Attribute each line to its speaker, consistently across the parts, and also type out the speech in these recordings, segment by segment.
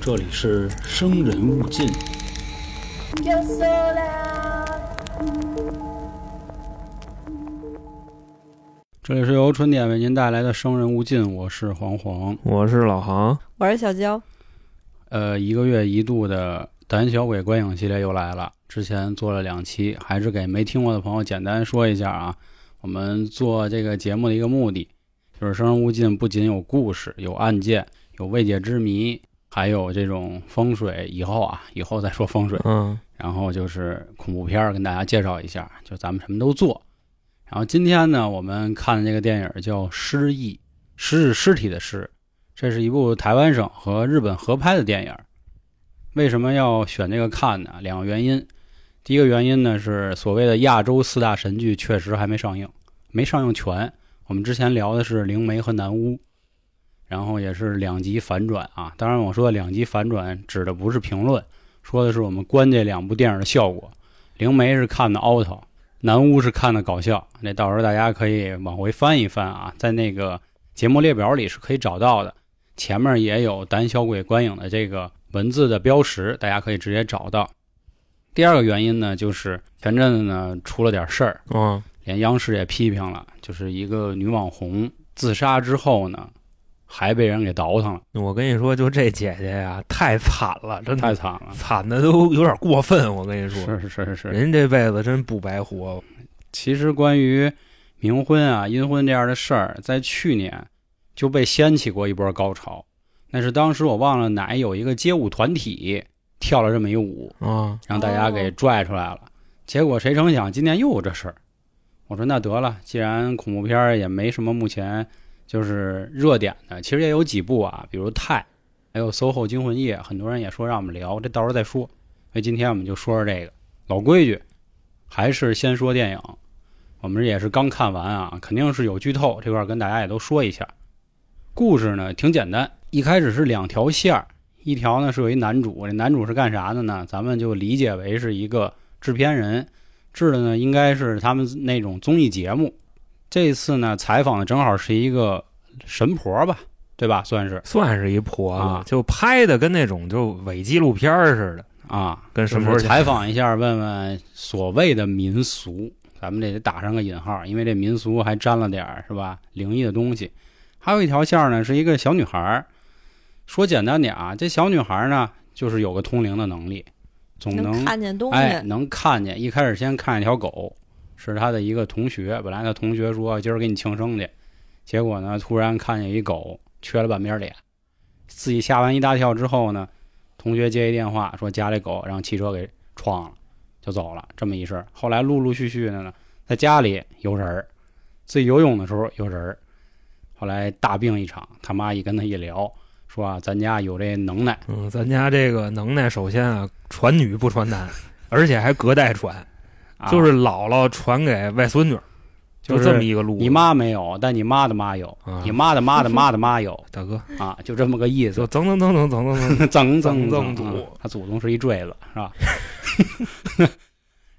Speaker 1: 这里是《生人勿进》。
Speaker 2: Yo sola,
Speaker 1: 这里是由春点为您带来的《生人勿进》，我是黄黄。
Speaker 3: 我是老航，
Speaker 4: 我是小娇，
Speaker 1: 呃，一个月一度的胆小鬼观影系列又来了，之前做了两期，还是给没听过的朋友简单说一下啊。我们做这个节目的一个目的，就是《生人勿近》不仅有故事、有案件、有未解之谜，还有这种风水。以后啊，以后再说风水。
Speaker 3: 嗯，
Speaker 1: 然后就是恐怖片儿，跟大家介绍一下，就咱们什么都做。然后今天呢，我们看的这个电影叫《失忆》，尸是尸体的尸，这是一部台湾省和日本合拍的电影。为什么要选这个看呢？两个原因。第一个原因呢是所谓的亚洲四大神剧确实还没上映，没上映全。我们之前聊的是《灵媒》和《南巫》，然后也是两极反转啊。当然，我说的两极反转指的不是评论，说的是我们观这两部电影的效果。灵媒是看的 out，南屋是看的搞笑。那到时候大家可以往回翻一翻啊，在那个节目列表里是可以找到的。前面也有胆小鬼观影的这个文字的标识，大家可以直接找到。第二个原因呢，就是前阵子呢出了点事儿，
Speaker 3: 啊，
Speaker 1: 连央视也批评了，就是一个女网红自杀之后呢，还被人给倒腾了，
Speaker 3: 我跟你说，就这姐姐呀，太惨了，真
Speaker 1: 太
Speaker 3: 的
Speaker 1: 惨了。
Speaker 3: 惨的都有点过分。我跟你说，
Speaker 1: 是是是是是，
Speaker 3: 人这辈子真不白活。
Speaker 1: 其实关于冥婚啊、阴婚这样的事儿，在去年就被掀起过一波高潮。那是当时我忘了哪有一个街舞团体跳了这么一舞，
Speaker 3: 啊，
Speaker 1: 让大家给拽出来了。结果谁成想今年又有这事儿。我说那得了，既然恐怖片儿也没什么目前就是热点的，其实也有几部啊，比如《泰》，还有《SOHO 惊魂夜》，很多人也说让我们聊，这到时候再说。所以今天我们就说说这个老规矩，还是先说电影。我们也是刚看完啊，肯定是有剧透，这块儿跟大家也都说一下。故事呢挺简单，一开始是两条线儿，一条呢是有一男主，这男主是干啥的呢？咱们就理解为是一个制片人，制的呢应该是他们那种综艺节目。这次呢采访的正好是一个神婆吧，对吧？算是
Speaker 3: 算是一婆子，
Speaker 1: 啊
Speaker 3: 就拍的跟那种就伪纪录片儿似的，
Speaker 1: 啊，
Speaker 3: 跟
Speaker 1: 就
Speaker 3: 神
Speaker 1: 是
Speaker 3: 婆
Speaker 1: 采访一下，问问所谓的民俗，咱们这得打上个引号，因为这民俗还沾了点儿是吧灵异的东西。还有一条线儿呢，是一个小女孩儿。说简单点啊，这小女孩儿呢，就是有个通灵的能力，总
Speaker 4: 能看见东西，
Speaker 1: 哎能看见。一开始先看见一条狗，是她的一个同学，本来她同学说今儿给你庆生去，结果呢突然看见一狗缺了半边脸，自己吓完一大跳之后呢，同学接一电话说家里狗让汽车给撞了，就走了这么一事儿。后来陆陆续续的呢，在家里有人儿，自己游泳的时候有人儿，后来大病一场，他妈一跟他一聊，说啊咱家有这能耐，
Speaker 3: 嗯，咱家这个能耐，首先啊，传女不传 男，而且还隔代传，
Speaker 1: 啊、
Speaker 3: 就是姥姥传给外孙女，
Speaker 1: 就
Speaker 3: 这
Speaker 1: 是
Speaker 3: 么一个路。
Speaker 1: 你妈没有，但你妈的妈有，
Speaker 3: 啊
Speaker 1: 你妈的妈的妈的妈有
Speaker 3: 大哥，
Speaker 1: 啊，就这么个意思
Speaker 3: 就。蹭蹭蹭蹭蹭 蹭蹭，
Speaker 1: 曾曾
Speaker 3: 曾祖
Speaker 1: 祖，他祖宗是一坠子，是吧？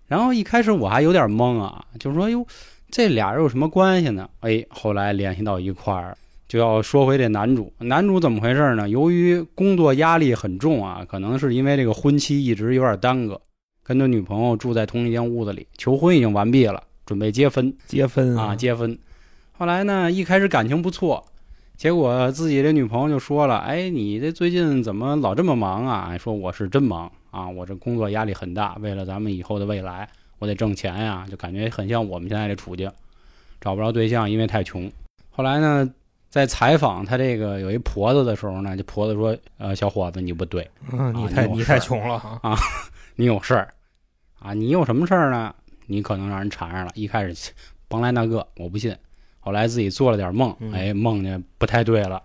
Speaker 1: 然后一开始我还有点懵啊，就是说哟，这俩人有什么关系呢？哎，后来联系到一块儿，就要说回这男主。男主怎么回事呢？由于工作压力很重啊，可能是因为这个婚期一直有点耽搁，跟他女朋友住在同一间屋子里，求婚已经完毕了，准备结婚。
Speaker 3: 接分
Speaker 1: 啊，结婚。后来呢，一开始感情不错，结果自己这女朋友就说了：“哎，你这最近怎么老这么忙啊？”说我是真忙啊，我这工作压力很大，为了咱们以后的未来，我得挣钱呀、就感觉很像我们现在这处境，找不着对象，因为太穷。后来呢，在采访他这个有一婆子的时候呢，这婆子说：“呃，小伙子，你不对，
Speaker 3: 啊，你
Speaker 1: 啊
Speaker 3: 太
Speaker 1: 你有
Speaker 3: 你
Speaker 1: 事
Speaker 3: 太
Speaker 1: 儿
Speaker 3: 穷了啊！
Speaker 1: 你有事儿啊，你有什么事儿呢？你可能让人缠上了。一开始甭来那个，我不信。后来自己做了点梦，
Speaker 3: 嗯
Speaker 1: 哎，梦见不太对了，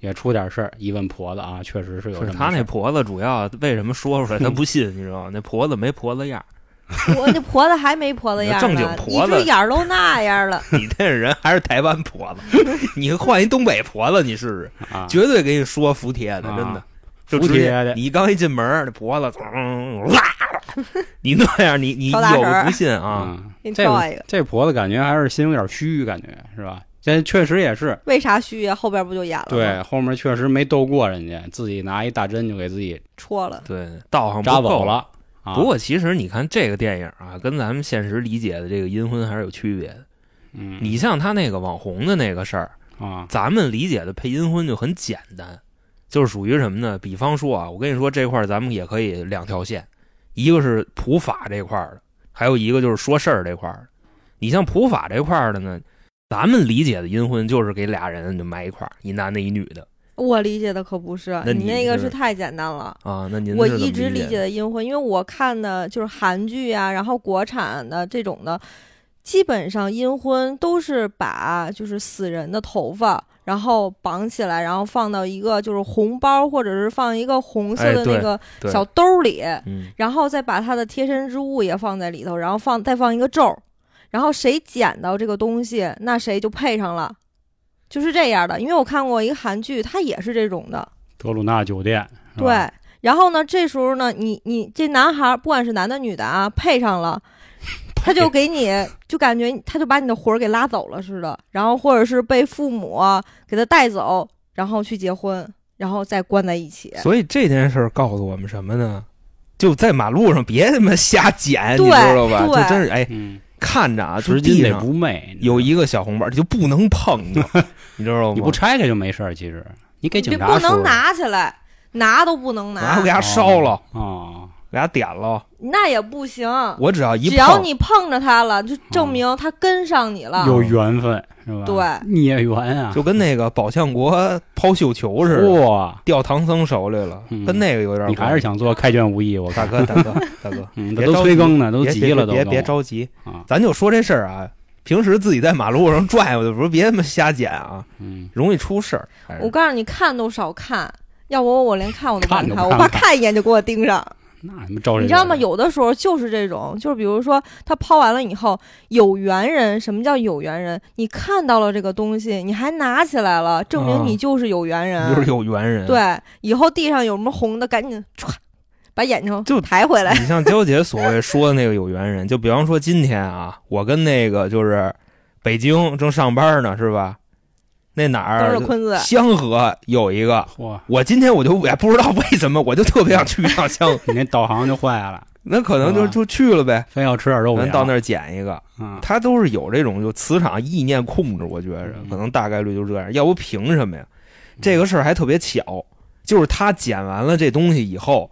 Speaker 1: 也出点事儿。一问婆子啊，确实是有
Speaker 3: 是
Speaker 1: 这么
Speaker 3: 他
Speaker 1: 事
Speaker 3: 那
Speaker 1: 儿
Speaker 3: 婆子主要为什么 说出来他不信，你知道吗？那婆子没婆子样儿，
Speaker 4: 我那婆子还 没婆子样呢，
Speaker 3: 正经婆子
Speaker 4: 一只眼儿都那样了，
Speaker 3: 你这人还是台湾婆 子，你换一东北婆子，你试试，
Speaker 1: 啊，
Speaker 3: 绝对给你说服帖的，
Speaker 1: 啊
Speaker 3: 真的。
Speaker 1: 服
Speaker 3: 就
Speaker 1: 帖
Speaker 3: 直接
Speaker 1: 的
Speaker 3: 你刚一进门儿，那婆子嗯 啦，你那样，你你
Speaker 4: 跳大
Speaker 3: 有
Speaker 4: 神
Speaker 3: 个
Speaker 4: 儿
Speaker 3: 不信啊？
Speaker 1: 嗯
Speaker 4: 给你
Speaker 1: 这
Speaker 4: 跳一个
Speaker 1: 这婆子感觉还是心有点虚，感觉是吧？这确实也是，
Speaker 4: 为啥续呀？后边不就演了吗？
Speaker 1: 对，后面确实没斗过人家，自己拿一大针就给自己
Speaker 4: 戳了。
Speaker 3: 对，道行
Speaker 1: 扎
Speaker 3: 不够
Speaker 1: 走。了。啊，
Speaker 3: 不过其实你看这个电影啊，跟咱们现实理解的这个阴婚还是有区别的。
Speaker 1: 嗯，
Speaker 3: 你像他那个网红的那个事儿，
Speaker 1: 啊，
Speaker 3: 咱们理解的配阴婚就很简单，就是属于什么呢？比方说啊，我跟你说这块儿咱们也可以两条线，一个是普法这块儿的，还有一个就是说事儿这块儿的。你像普法这块儿的呢，咱们理解的阴婚就是给俩人就埋一块儿，一男的一女的
Speaker 4: 我理解的可不是，
Speaker 3: 那
Speaker 4: 你
Speaker 3: 你
Speaker 4: 那个
Speaker 3: 是
Speaker 4: 是太简单了。
Speaker 3: 啊。那您
Speaker 4: 我
Speaker 3: 是怎么
Speaker 4: 一直理
Speaker 3: 解
Speaker 4: 解
Speaker 3: 的
Speaker 4: 的阴婚，因为我看的就是韩剧啊，然后国产的这种的，基本上阴婚都是把就是死人的头发，然后绑起来，然后放到一个就是红包或者是放一个红色
Speaker 3: 哎
Speaker 4: 的
Speaker 3: 对
Speaker 4: 那个
Speaker 3: 对
Speaker 4: 小兜里，
Speaker 3: 嗯，
Speaker 4: 然后再把他的贴身之物也放在里头，然后放再放一个咒儿，然后谁捡到这个东西，那谁就配上了，就是这样的。因为我看过一个韩剧，它也是这种的，
Speaker 1: 德鲁纳酒店，是吧
Speaker 4: 对。然后呢，这时候呢，你你这男孩儿不管是男的女的啊，配上了， 他就给你就感觉他就把你的魂儿给拉走了似的，然后或者是被父母啊给他带走，然后去结婚，然后再关在一起。
Speaker 3: 所以这件事儿告诉我们什么呢？就在马路上别他妈瞎捡，你
Speaker 4: 对
Speaker 3: 知道吧？
Speaker 4: 对
Speaker 3: 就真是哎，
Speaker 1: 嗯，
Speaker 3: 看着啊，就
Speaker 1: 拾金
Speaker 3: 地
Speaker 1: 得
Speaker 3: 上
Speaker 1: 不昧，
Speaker 3: 有一个小红包就不能碰的，你知道吗？
Speaker 1: 你不拆开就没事儿，其实你给警
Speaker 4: 别
Speaker 1: 察
Speaker 4: 不
Speaker 1: 说
Speaker 4: 能拿起来，拿都不能
Speaker 3: 啊，我
Speaker 4: 拿
Speaker 3: 给，
Speaker 1: 哦
Speaker 3: 它烧了，
Speaker 1: 啊，
Speaker 3: 给它点了，
Speaker 4: 那也不行。
Speaker 3: 我只要一
Speaker 4: 只要
Speaker 3: 碰，
Speaker 4: 你碰着他了，就证明他跟上你了。
Speaker 1: 有缘分是吧？
Speaker 4: 啊对，
Speaker 1: 孽缘啊，
Speaker 3: 就跟啊那个宝相国抛绣球似的，
Speaker 1: 哇，
Speaker 3: 掉唐僧手里了
Speaker 1: 嗯，
Speaker 3: 跟那个有点
Speaker 1: 你
Speaker 3: 关
Speaker 1: 还是
Speaker 3: 系。
Speaker 1: 想做开卷无益，我看
Speaker 3: 大哥，大 哥，大哥，
Speaker 1: 嗯，这
Speaker 3: 别
Speaker 1: 都
Speaker 3: 着
Speaker 1: 催
Speaker 3: 急
Speaker 1: 更呢，都
Speaker 3: 别
Speaker 1: 急了，都
Speaker 3: 别别
Speaker 1: 都
Speaker 3: 别着急，
Speaker 1: 啊，
Speaker 3: 咱就说这事儿啊。平时自己在马路上转悠的时候，别他妈瞎捡啊，
Speaker 1: 嗯，
Speaker 3: 容易出事儿。还是
Speaker 4: 我告诉你，看都少看，要不我连看我都不
Speaker 1: 看
Speaker 4: 敢
Speaker 1: 都
Speaker 4: 看，
Speaker 1: 不
Speaker 4: 我
Speaker 1: 看哦
Speaker 4: 怕看一眼就给我盯上。
Speaker 1: 那他妈招谁惹谁？
Speaker 4: 你知道吗？有的时候就是这种，就是比如说他抛完了以后，有缘人，什么叫有缘人？你看到了这个东西，你还拿起来了，证
Speaker 3: 啊
Speaker 4: 明你就是有缘人。
Speaker 3: 就是有缘人。，
Speaker 4: 对，以后地上有什么红的，赶紧歘，把眼睛
Speaker 3: 就
Speaker 4: 抬回来。
Speaker 3: 你像娇姐所谓说的那个有缘人，就比方说今天啊，我跟那个就是北京正上班呢，是吧？那哪
Speaker 4: 都
Speaker 3: 儿
Speaker 4: 是坤子，
Speaker 3: 香河有一个，
Speaker 1: 嚯，
Speaker 3: 我今天我就也不知道为什么，我就特别想去一趟香河，
Speaker 1: 你那导航就坏了，
Speaker 3: 那可能
Speaker 1: 是
Speaker 3: 就
Speaker 1: 吧
Speaker 3: 就去了呗。
Speaker 1: 非要吃点肉
Speaker 3: 咱
Speaker 1: 饼，
Speaker 3: 到那儿捡一个，
Speaker 1: 啊，
Speaker 3: 他都是有这种就磁场意念控制，我觉着
Speaker 1: 嗯
Speaker 3: 可能大概率就这样，要不凭什么呀？这个事儿还特别巧，就是他捡完了这东西以后，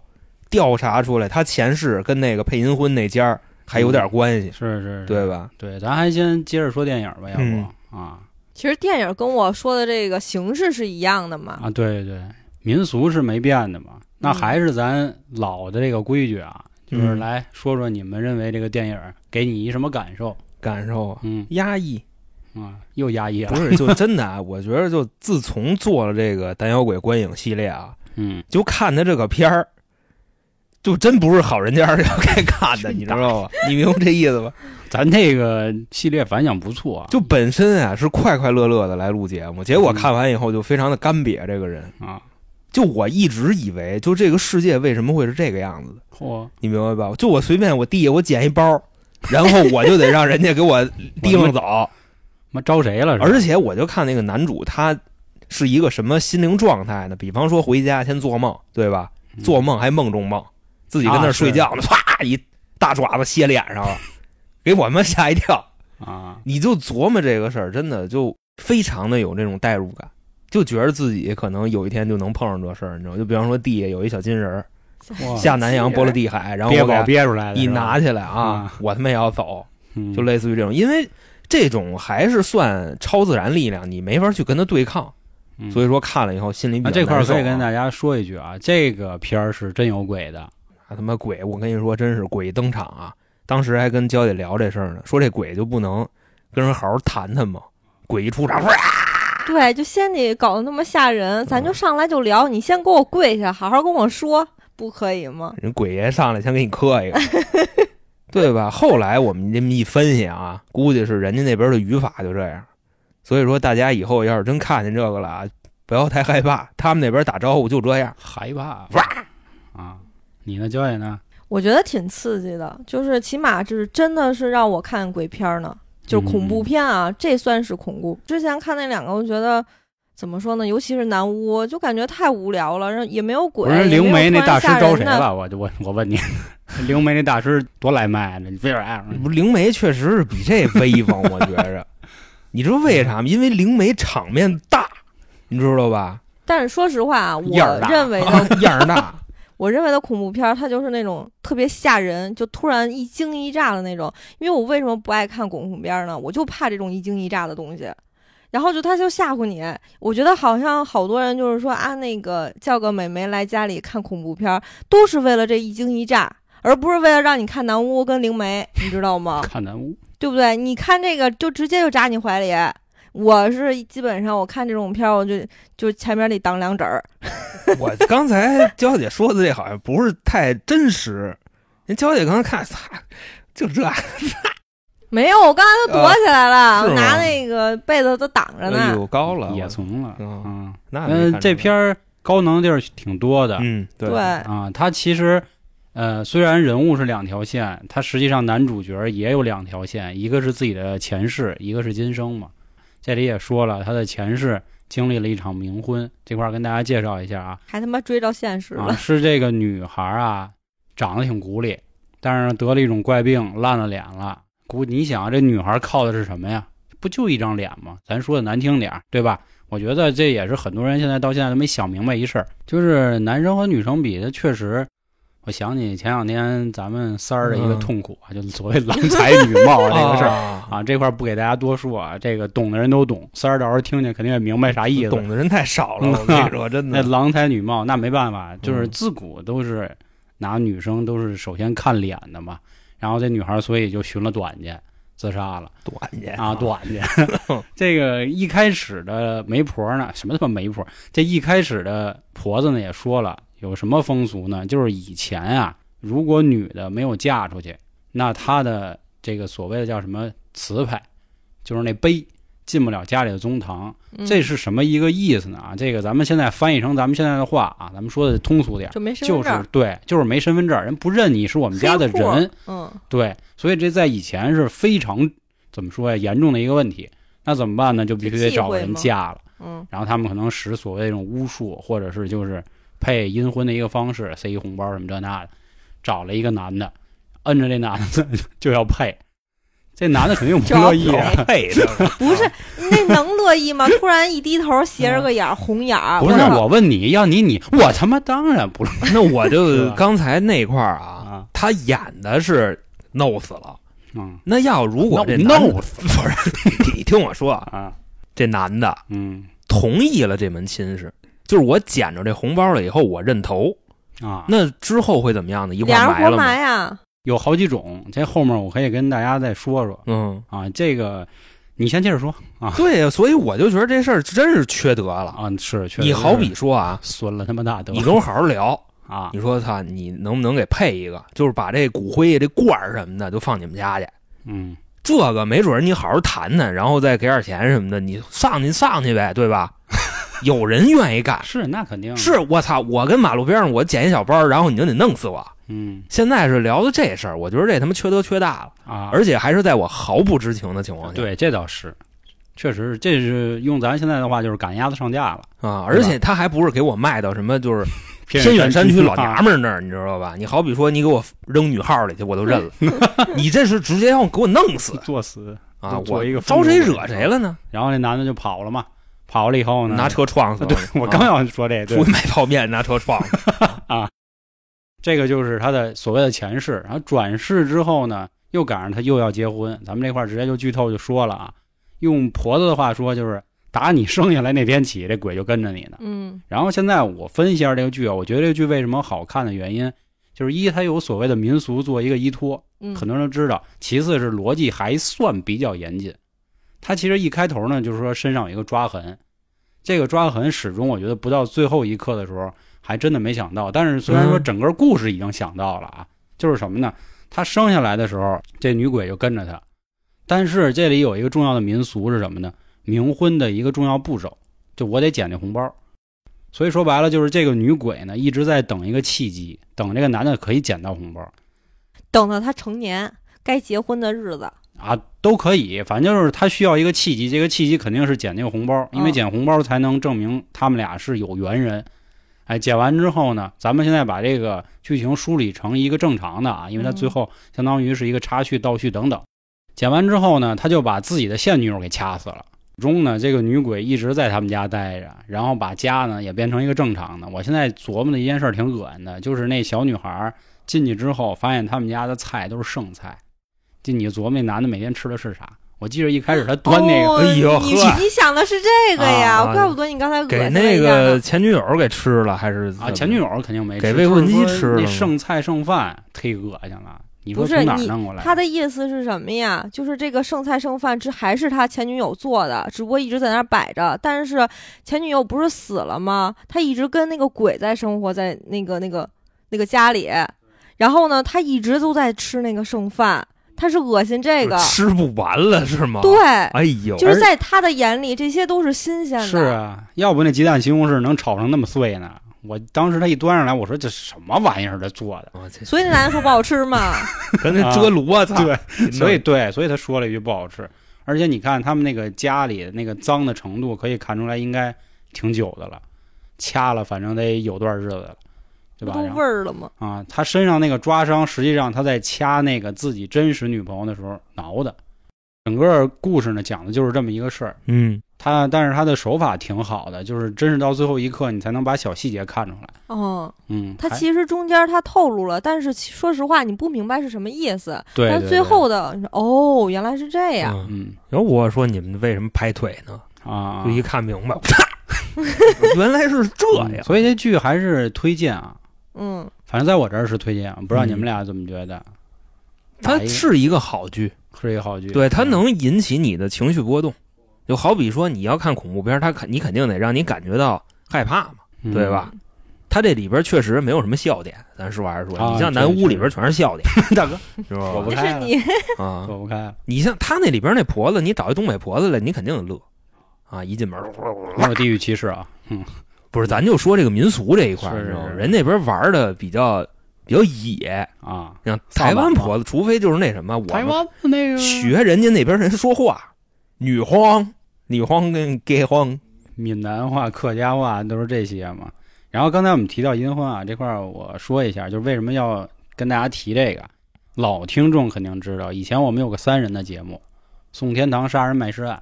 Speaker 3: 调查出来他前世跟那个配银婚那家儿还有点关系，
Speaker 1: 是是，是
Speaker 3: 对吧？
Speaker 1: 对，咱还先接着说电影吧，要
Speaker 3: 嗯
Speaker 1: 不啊
Speaker 4: 其实电影跟我说的这个形式是一样的嘛。
Speaker 1: 啊，对对，民俗是没变的嘛，那
Speaker 4: 嗯
Speaker 1: 还是咱老的这个规矩啊，就是
Speaker 3: 嗯
Speaker 1: 来说说你们认为这个电影给你一什么感受？
Speaker 3: 感受啊
Speaker 1: 嗯
Speaker 3: 压抑，
Speaker 1: 啊，又压抑
Speaker 3: 不
Speaker 1: 了，
Speaker 3: 是就真的啊？我觉得就自从做了这个胆小鬼观影系列啊，
Speaker 1: 嗯，
Speaker 3: 就看他这个片儿，就真不是好人家 要该看的，你知道吧？你明白这意思吧？
Speaker 1: 咱这个系列反响不错啊，
Speaker 3: 就本身啊是快快乐乐的来录节目，结果看完以后就非常的干瘪。这个人，
Speaker 1: 啊，
Speaker 3: 就我一直以为，就这个世界为什么会是这个样子的？
Speaker 1: 嚯，
Speaker 3: 你明白吧？就我随便我弟我捡一包，然后我就得让人家给 我提溜走，
Speaker 1: 妈招谁了？
Speaker 3: 而且我就看那个男主他是一个什么心灵状态呢？比方说回家先做梦，对吧？
Speaker 1: 且
Speaker 3: 做梦还梦中梦，自己跟那儿睡
Speaker 1: 啊
Speaker 3: 觉呢，唰一大爪子歇脸上了，给我们吓一跳。
Speaker 1: 啊，
Speaker 3: 你就琢磨这个事儿，真的就非常的有那种代入感，就觉得自己可能有一天就能碰上这事儿，你知道吗？就比方说地下有一小金人儿
Speaker 1: 哇
Speaker 3: 下南洋波罗的海，然后
Speaker 1: 憋
Speaker 3: 我
Speaker 1: 宝
Speaker 3: 给
Speaker 1: 憋出来
Speaker 3: 它
Speaker 1: 的，
Speaker 3: 一
Speaker 1: 是吧
Speaker 3: 拿起来啊
Speaker 1: 啊，
Speaker 3: 我他妈也要走，
Speaker 1: 嗯
Speaker 3: 就类似于这种，因为这种还是算超自然力量，你没法去跟他对抗，
Speaker 1: 嗯
Speaker 3: 所以说看了以后心里比
Speaker 1: 那
Speaker 3: 较
Speaker 1: 这块儿
Speaker 3: 难受
Speaker 1: 可
Speaker 3: 啊
Speaker 1: 以跟大家说一句啊，这个片儿是真有鬼的，
Speaker 3: 啊他妈鬼，我跟你说，真是鬼登场啊！当时还跟娇姐聊这事儿呢，说这鬼就不能跟人好好谈谈吗？鬼一出场，哇！
Speaker 4: 对，就先得搞得那么吓人，咱
Speaker 1: 嗯
Speaker 4: 就上来就聊。你先给我跪下，好好跟我说，不可以吗？
Speaker 3: 人鬼爷上来先给你 磕一个，对吧？后来我们这么一分析啊，估计是人家那边的语法就这样，所以说大家以后要是真看见这个了啊，不要太害怕，他们那边打招呼就这样。
Speaker 1: 害怕
Speaker 3: 哇
Speaker 1: 啊！你呢，焦姐呢？
Speaker 4: 我觉得挺刺激的，就是起码就是真的是让我看鬼片儿呢，就是恐
Speaker 1: 嗯
Speaker 4: 怖片啊，这算是恐怖。之前看那两个，我觉得怎么说呢？尤其是南屋，就感觉太无聊了，然后也没有
Speaker 1: 我
Speaker 4: 鬼，
Speaker 1: 说
Speaker 4: 也
Speaker 1: 灵
Speaker 4: 哎没
Speaker 1: 媒那
Speaker 4: 有突然
Speaker 1: 大师
Speaker 4: 吓
Speaker 1: 招
Speaker 4: 人
Speaker 1: 谁
Speaker 4: 的
Speaker 1: 了？我就我我问你，灵媒那大师多来卖啊呢？你非得爱
Speaker 3: 不，灵媒确实是比这威风，我觉 着。你知道为啥吗？因为灵媒场面大，你知道吧？
Speaker 4: 但是说实话啊，
Speaker 1: 样儿
Speaker 4: 我
Speaker 1: 大
Speaker 4: 认为的，
Speaker 3: 样儿大，
Speaker 4: 我认为的恐怖片儿，它就是那种特别吓人，就突然一惊一乍的那种。因为我为什么不爱看恐怖片儿呢？我就怕这种一惊一乍的东西。然后就他就吓唬你，我觉得好像好多人就是说啊，那个叫个美眉来家里看恐怖片儿，都是为了这一惊一乍，而不是为了让你看南屋跟灵媒，你知道吗？
Speaker 1: 看南屋，
Speaker 4: 对不对？你看这个就直接就扎你怀里。我是基本上我看这种片儿，我就就前面得挡两指儿。
Speaker 3: 我刚才娇姐说的这好像不是太真实，人娇姐刚才看， 操，就这，
Speaker 4: 没有，我刚才都躲起来了，
Speaker 3: 呃
Speaker 4: 我
Speaker 3: 是吗
Speaker 4: 拿那个被子都挡着
Speaker 3: 哎
Speaker 4: 呢。
Speaker 3: 呦，高了，
Speaker 1: 也怂了。
Speaker 3: 嗯
Speaker 1: 嗯，
Speaker 3: 那没看
Speaker 1: 嗯，
Speaker 3: 出
Speaker 1: 这
Speaker 3: 来
Speaker 1: 片儿高能地儿挺多的。
Speaker 3: 嗯，对，
Speaker 4: 对，
Speaker 1: 啊，它其实，呃，虽然人物是两条线，它实际上男主角也有两条线，一个是自己的前世，一个是今生嘛。这里也说了，他的前世经历了一场冥婚，这块儿跟大家介绍一下啊，
Speaker 4: 还他妈追着现实
Speaker 1: 啊，
Speaker 4: 了。
Speaker 1: 是这个女孩啊，长得挺骨力，但是得了一种怪病，烂了脸了。估你想啊这女孩靠的是什么呀？不就一张脸吗？咱说的难听点儿，对吧？我觉得这也是很多人现在到现在都没想明白一事儿，就是男生和女生比，的确实。我想起前两天咱们三儿的一个
Speaker 3: 嗯
Speaker 1: 痛苦啊，就是所谓郎才女 貌啊这个事儿
Speaker 3: 啊，
Speaker 1: 啊，这块儿不给大家多说啊，这个懂的人都懂，三儿到时候听听肯定也明白啥意思。
Speaker 3: 懂的人太少了，我跟你 说，真
Speaker 1: 那
Speaker 3: 的，
Speaker 1: 郎才女貌，那没办法，就是
Speaker 3: 嗯
Speaker 1: 自古都是拿女生都是首先看脸的嘛。然后这女孩所以就寻了短去，自杀了
Speaker 3: 短去
Speaker 1: 啊，，短去。这个一开始的媒婆呢，什么他妈媒婆？这一开始的婆子呢也说了，有什么风俗呢？就是以前啊，如果女的没有嫁出去，那她的这个所谓的叫什么词牌，就是那碑进不了家里的宗堂，
Speaker 4: 嗯
Speaker 1: 这是什么一个意思呢？啊，这个咱们现在翻译成咱们现在的话啊，咱们说的通俗点儿，
Speaker 4: 就没身
Speaker 1: 就
Speaker 4: 份
Speaker 1: 是
Speaker 4: 证，
Speaker 1: 对，就是没身份证儿，人不认你是我们家的
Speaker 4: 黑
Speaker 1: 人
Speaker 4: 户，嗯，
Speaker 1: 对，所以这在以前是非常怎么说呀，严重的一个问题。那怎么办呢？就必须得找人嫁了，
Speaker 4: 嗯，
Speaker 1: 然后他们可能使所谓这种巫术，或者是就是配阴婚的一个方式，塞一红包什么这那的，找了一个男的，摁着这男的 就要配，这男的肯定不
Speaker 4: 就要
Speaker 1: 乐意啊，
Speaker 3: 配的，
Speaker 4: 不是，那能乐 意吗？突然一低头，斜着个眼儿，红眼儿。
Speaker 1: 不是
Speaker 4: 我操
Speaker 1: 我问你，要你你我他妈当然不乐意
Speaker 3: 那我
Speaker 1: 是
Speaker 3: 就
Speaker 1: 吧
Speaker 3: 刚才那块儿啊，
Speaker 1: 啊，
Speaker 3: 他演的是弄死了，
Speaker 1: 嗯。
Speaker 3: 那要如果这男
Speaker 1: 闹
Speaker 3: 的 不是，你听我说啊，
Speaker 1: 啊，
Speaker 3: 这男的
Speaker 1: 嗯
Speaker 3: 同意了这门亲事，就是我捡着这红包了以后，我认头。
Speaker 1: 啊，
Speaker 3: 那之后会怎么样呢？一块
Speaker 4: 俩
Speaker 3: 儿
Speaker 4: 人
Speaker 3: 埋
Speaker 4: 活
Speaker 3: 了吗？
Speaker 4: 埋啊呀，
Speaker 1: 有好几种，这后面我可以跟大家再说说
Speaker 3: 嗯，
Speaker 1: 啊。这个你先接着说
Speaker 3: 对呀，所以我就觉得这事儿真是缺德了。
Speaker 1: 啊，是确实
Speaker 3: 你好比
Speaker 1: 是
Speaker 3: 说啊，
Speaker 1: 损了他妈大德
Speaker 3: 你跟我好好聊，
Speaker 1: 啊
Speaker 3: 你说他你能不能给配一个，就是把这骨灰这罐儿什么的就放你们家去。
Speaker 1: 嗯
Speaker 3: 这个没准儿你好好谈谈，然后再给点钱什么的，你上去上去呗，对 吧？有人愿意干，
Speaker 1: 是那肯定
Speaker 3: 是我操！我跟马路边上我捡一小包，然后你就得弄死我。
Speaker 1: 嗯
Speaker 3: 现在是聊的这事儿，我觉得这他妈缺德缺大了，
Speaker 1: 啊，
Speaker 3: 而且还是在我毫不知情的情况下。
Speaker 1: 对这倒是，确实是这是用咱现在的话就是赶鸭子上架了，
Speaker 3: 啊，而且他还不是给我卖到什么就是偏
Speaker 1: 偏
Speaker 3: 远
Speaker 1: 远
Speaker 3: 山
Speaker 1: 山
Speaker 3: 区
Speaker 1: 区
Speaker 3: 老娘
Speaker 1: 啊
Speaker 3: 们儿那儿，你知道吧？你好比说你给我扔女号里去，我都认 了。你这是直接要给我弄死
Speaker 1: 作死，
Speaker 3: 啊！
Speaker 1: 做
Speaker 3: 我
Speaker 1: 一个
Speaker 3: 招谁
Speaker 1: 疯狗
Speaker 3: 惹谁了呢？
Speaker 1: 然后那男的就跑了嘛，跑了以后呢，
Speaker 3: 拿车撞死
Speaker 1: 啊
Speaker 3: 了
Speaker 1: 对。我刚要说这个，对
Speaker 3: 出去买泡面，拿车撞死。
Speaker 1: 啊这个就是他的所谓的前世，然后转世之后呢，又赶上他又要结婚，咱们这块儿直接就剧透就说了啊，用婆子的话说就是打你生下来那天起，这鬼就跟着你呢。
Speaker 4: 嗯，
Speaker 1: 然后现在我分析一下这个剧啊，我觉得这个剧为什么好看的原因，就是一它有所谓的民俗做一个依托，
Speaker 4: 嗯
Speaker 1: 很多人都知道；其次是逻辑还算比较严谨。他其实一开头呢，就是说身上有一个抓痕，这个抓痕始终我觉得不到最后一刻的时候，还真的没想到。但是虽然说
Speaker 3: 嗯
Speaker 1: 整个故事已经想到了啊，就是什么呢？他生下来的时候，这女鬼就跟着他，但是这里有一个重要的民俗是什么呢？冥婚的一个重要步骤，就我得捡这红包。所以说白了，就是这个女鬼呢一直在等一个契机，等这个男的可以捡到红包
Speaker 4: 等到他成年该结婚的日子，
Speaker 1: 啊，都可以，反正就是他需要一个契机，这个契机肯定是捡那个红包，因为
Speaker 4: 嗯
Speaker 1: 捡红包才能证明他们俩是有缘人。哎，捡完之后呢，咱们现在把这个剧情梳理成一个正常的啊，因为他
Speaker 4: 嗯
Speaker 1: 最后相当于是一个插叙、倒叙等等。捡完之后呢，他就把自己的现女友给掐死了。最终呢，这个女鬼一直在他们家待着，然后把家呢也变成一个正常的。我现在琢磨的一件事儿挺恶心的，就是那小女孩儿进去之后，发现他们家的菜都是剩菜。就你琢磨那男的每天吃的是啥？我记着一开始他端那个，
Speaker 4: 哦、
Speaker 3: 哎呦
Speaker 4: 你
Speaker 3: 呵
Speaker 4: 你想的是这个呀？
Speaker 3: 啊
Speaker 4: 我怪不得你刚才恶心
Speaker 3: 给
Speaker 4: 了
Speaker 3: 那
Speaker 4: 一下呢
Speaker 3: 个前女友给吃了还是怎么
Speaker 1: 啊，前女友肯定没吃，
Speaker 3: 给未婚妻
Speaker 1: 就是说
Speaker 3: 吃
Speaker 1: 那
Speaker 3: 了吗
Speaker 1: 剩菜剩饭忒恶心了。你说
Speaker 4: 不是
Speaker 1: 从哪儿
Speaker 4: 你
Speaker 1: 弄过来？
Speaker 4: 他的意思是什么呀？就是这个剩菜剩饭，这还是他前女友做的，只不过一直在那儿摆着。但是前女友不是死了吗？他一直跟那个鬼在生活在那个那个那个家里，然后呢，他一直都在吃那个剩饭，他是恶心这个，
Speaker 3: 吃不完了是吗？
Speaker 4: 对，
Speaker 3: 哎呦，
Speaker 4: 就是在他的眼里，这些都是新鲜的。
Speaker 1: 是啊，要不那鸡蛋西红柿能炒成那么碎呢？我当时他一端上来，我说这什么玩意儿这做的？
Speaker 3: 我去
Speaker 4: 所以那男的说不好吃嘛，
Speaker 3: 跟那遮炉啊，操
Speaker 1: 对，所以
Speaker 3: 那
Speaker 1: 对，所以他说了一句不好吃。而且你看他们那个家里那个脏的程度，可以看出来应该挺久的了，掐了反正得有段日子了， 对
Speaker 4: 不
Speaker 1: 吧？
Speaker 4: 都
Speaker 1: 然后
Speaker 4: 味儿了吗？
Speaker 1: 啊，他身上那个抓伤，实际上他在掐那个自己真实女朋友的时候挠的。整个故事呢讲的就是这么一个事儿。
Speaker 3: 嗯，
Speaker 1: 他但是他的手法挺好的，就是真是到最后一刻你才能把小细节看出来。
Speaker 4: 嗯，
Speaker 1: 嗯，
Speaker 4: 他
Speaker 1: 还
Speaker 4: 其实中间他透露了，但是其说实话，你不明白是什么意思。
Speaker 1: 对
Speaker 4: 但
Speaker 1: 对
Speaker 4: 最
Speaker 1: 对
Speaker 4: 后的你说哦，原来是这样，
Speaker 3: 嗯
Speaker 1: 嗯
Speaker 3: 然后我说你们为什么拍腿呢？
Speaker 1: 啊
Speaker 3: 就，一看明白，啪，原来是这
Speaker 1: 嗯
Speaker 3: 样。
Speaker 1: 所以这剧还是推荐啊，
Speaker 4: 嗯，
Speaker 1: 反正在我这儿是推荐啊，不知道你
Speaker 3: 嗯
Speaker 1: 们俩怎么觉得？
Speaker 3: 它
Speaker 1: 哪一个嗯
Speaker 3: 是一个好剧，
Speaker 1: 是一个好剧，
Speaker 3: 对它能引起你的情绪波动。就好比说你要看恐怖片，它肯你肯定得让你感觉到害怕嘛，
Speaker 1: 嗯
Speaker 3: 对？吧？它这里边确实没有什么笑点，咱实话实说，
Speaker 1: 啊
Speaker 3: 你像咱屋里边全是笑点，
Speaker 1: 大哥，
Speaker 3: 是吧？
Speaker 1: 我不
Speaker 4: 这
Speaker 1: 开
Speaker 4: 是
Speaker 1: 了
Speaker 4: 你
Speaker 1: 嗯
Speaker 3: 啊，
Speaker 1: 躲不开了，
Speaker 3: 你像他那里边那婆子，你找一东北婆子来，你肯定得乐啊！一进门，
Speaker 1: 没有地域歧视啊。嗯，
Speaker 3: 不是，咱就说这个民俗这一块儿，
Speaker 1: 是
Speaker 3: 你知道吗？
Speaker 1: 是
Speaker 3: 人那边玩的比较比较野，
Speaker 1: 啊，
Speaker 3: 像
Speaker 1: 萨满
Speaker 3: 台
Speaker 1: 吗
Speaker 3: 湾婆子，除非就是那什么，我
Speaker 1: 台
Speaker 3: 们
Speaker 1: 湾那个
Speaker 3: 学人家那边人说话，女荒、女荒跟 gay 荒，
Speaker 1: 闽南话、客家话都是这些嘛。然后刚才我们提到阴婚啊这块，儿，我说一下，就是为什么要跟大家提这个。老听众肯定知道，以前我们有个三人的节目《宋天堂杀人卖尸案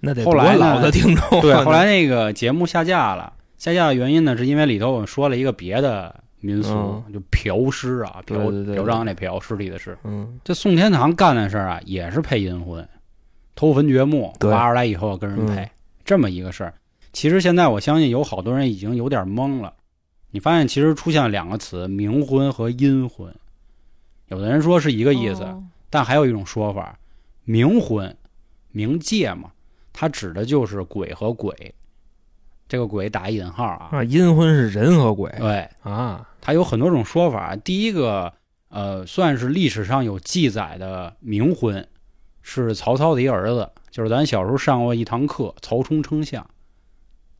Speaker 3: 那得
Speaker 1: 后
Speaker 3: 多
Speaker 1: 来呢
Speaker 3: 老的听 众》，啊。
Speaker 1: 对，
Speaker 3: 那
Speaker 1: 后来那个节目下架了。下架的原因呢，是因为里头我们说了一个别的民俗，就嫖尸啊，
Speaker 3: 嗯对
Speaker 1: 嫖
Speaker 3: 对对
Speaker 1: 嫖娼那嫖，尸体的尸。
Speaker 3: 嗯，
Speaker 1: 这宋天堂干的事儿啊，也是配阴婚，偷坟掘墓，
Speaker 3: 对
Speaker 1: 挖出来以后跟人配，
Speaker 3: 嗯
Speaker 1: 这么一个事儿。其实现在我相信有好多人已经有点懵了。你发现其实出现了两个词：冥婚和阴婚。有的人说是一个意思，
Speaker 4: 哦
Speaker 1: 但还有一种说法，冥婚、冥界嘛，它指的就是鬼和鬼。这个鬼打引号啊，
Speaker 3: 啊，阴婚是人和鬼
Speaker 1: 对，
Speaker 3: 啊，
Speaker 1: 它有很多种说法。第一个，呃，算是历史上有记载的冥婚，是曹操的一儿子，就是咱小时候上过一堂课，曹冲称象。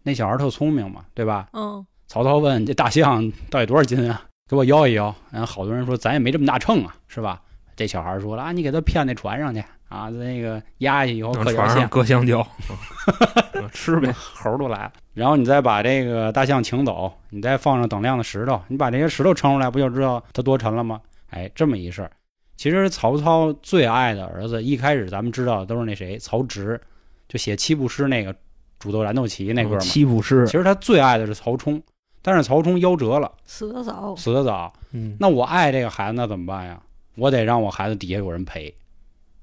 Speaker 1: 那小孩特聪明嘛，对吧？
Speaker 4: 嗯，
Speaker 1: 曹操问这大象到底多少斤啊？给我摇一摇。然后好多人说咱也没这么大秤啊，是吧？这小孩说了啊，你给他骗那船上去啊，那个压下去以后
Speaker 3: 往
Speaker 1: 刻条
Speaker 3: 船
Speaker 1: 哦线
Speaker 3: 上，搁 香蕉，啊吃呗。
Speaker 1: 猴儿都来了。然后你再把这个大象请走，你再放上等量的石头，你把这些石头称出来，不就知道它多沉了吗？哎，这么一事儿。其实曹操最爱的儿子，一开始咱们知道的都是那谁，曹植，就写七步诗那个煮豆燃豆萁那歌嘛。
Speaker 3: 哦七步诗
Speaker 1: 其，实他最爱的是曹冲，但是曹冲夭折了，
Speaker 4: 死得 早，
Speaker 1: 死得早。
Speaker 3: 嗯，
Speaker 1: 那我爱这个孩子，那怎么办呀？我得让我孩子底下有人陪，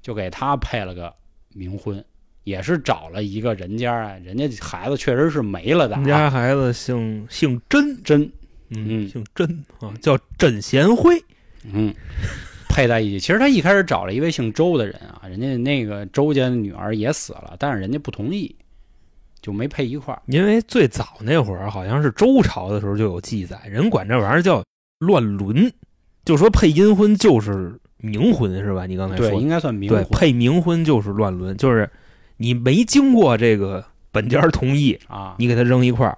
Speaker 1: 就给他配了个冥婚，也是找了一个人家啊，人家孩子确实是没了的
Speaker 3: 我们
Speaker 1: 啊，
Speaker 3: 家孩子姓姓甄，
Speaker 1: 真嗯
Speaker 3: 嗯，姓甄啊，叫甄贤辉。
Speaker 1: 嗯，配在一起。其实他一开始找了一位姓周的人啊，人家那个周家的女儿也死了，但是人家不同意，就没配一块儿。
Speaker 3: 因为最早那会儿好像是周朝的时候就有记载，人管这玩意儿叫乱伦，就说配阴婚就是冥婚是吧？你刚才
Speaker 1: 对，
Speaker 3: 说
Speaker 1: 应该算冥
Speaker 3: 对，
Speaker 1: 婚
Speaker 3: 配冥婚就是乱伦，就是你没经过这个本家同意，
Speaker 1: 啊。
Speaker 3: 你给他扔一块儿，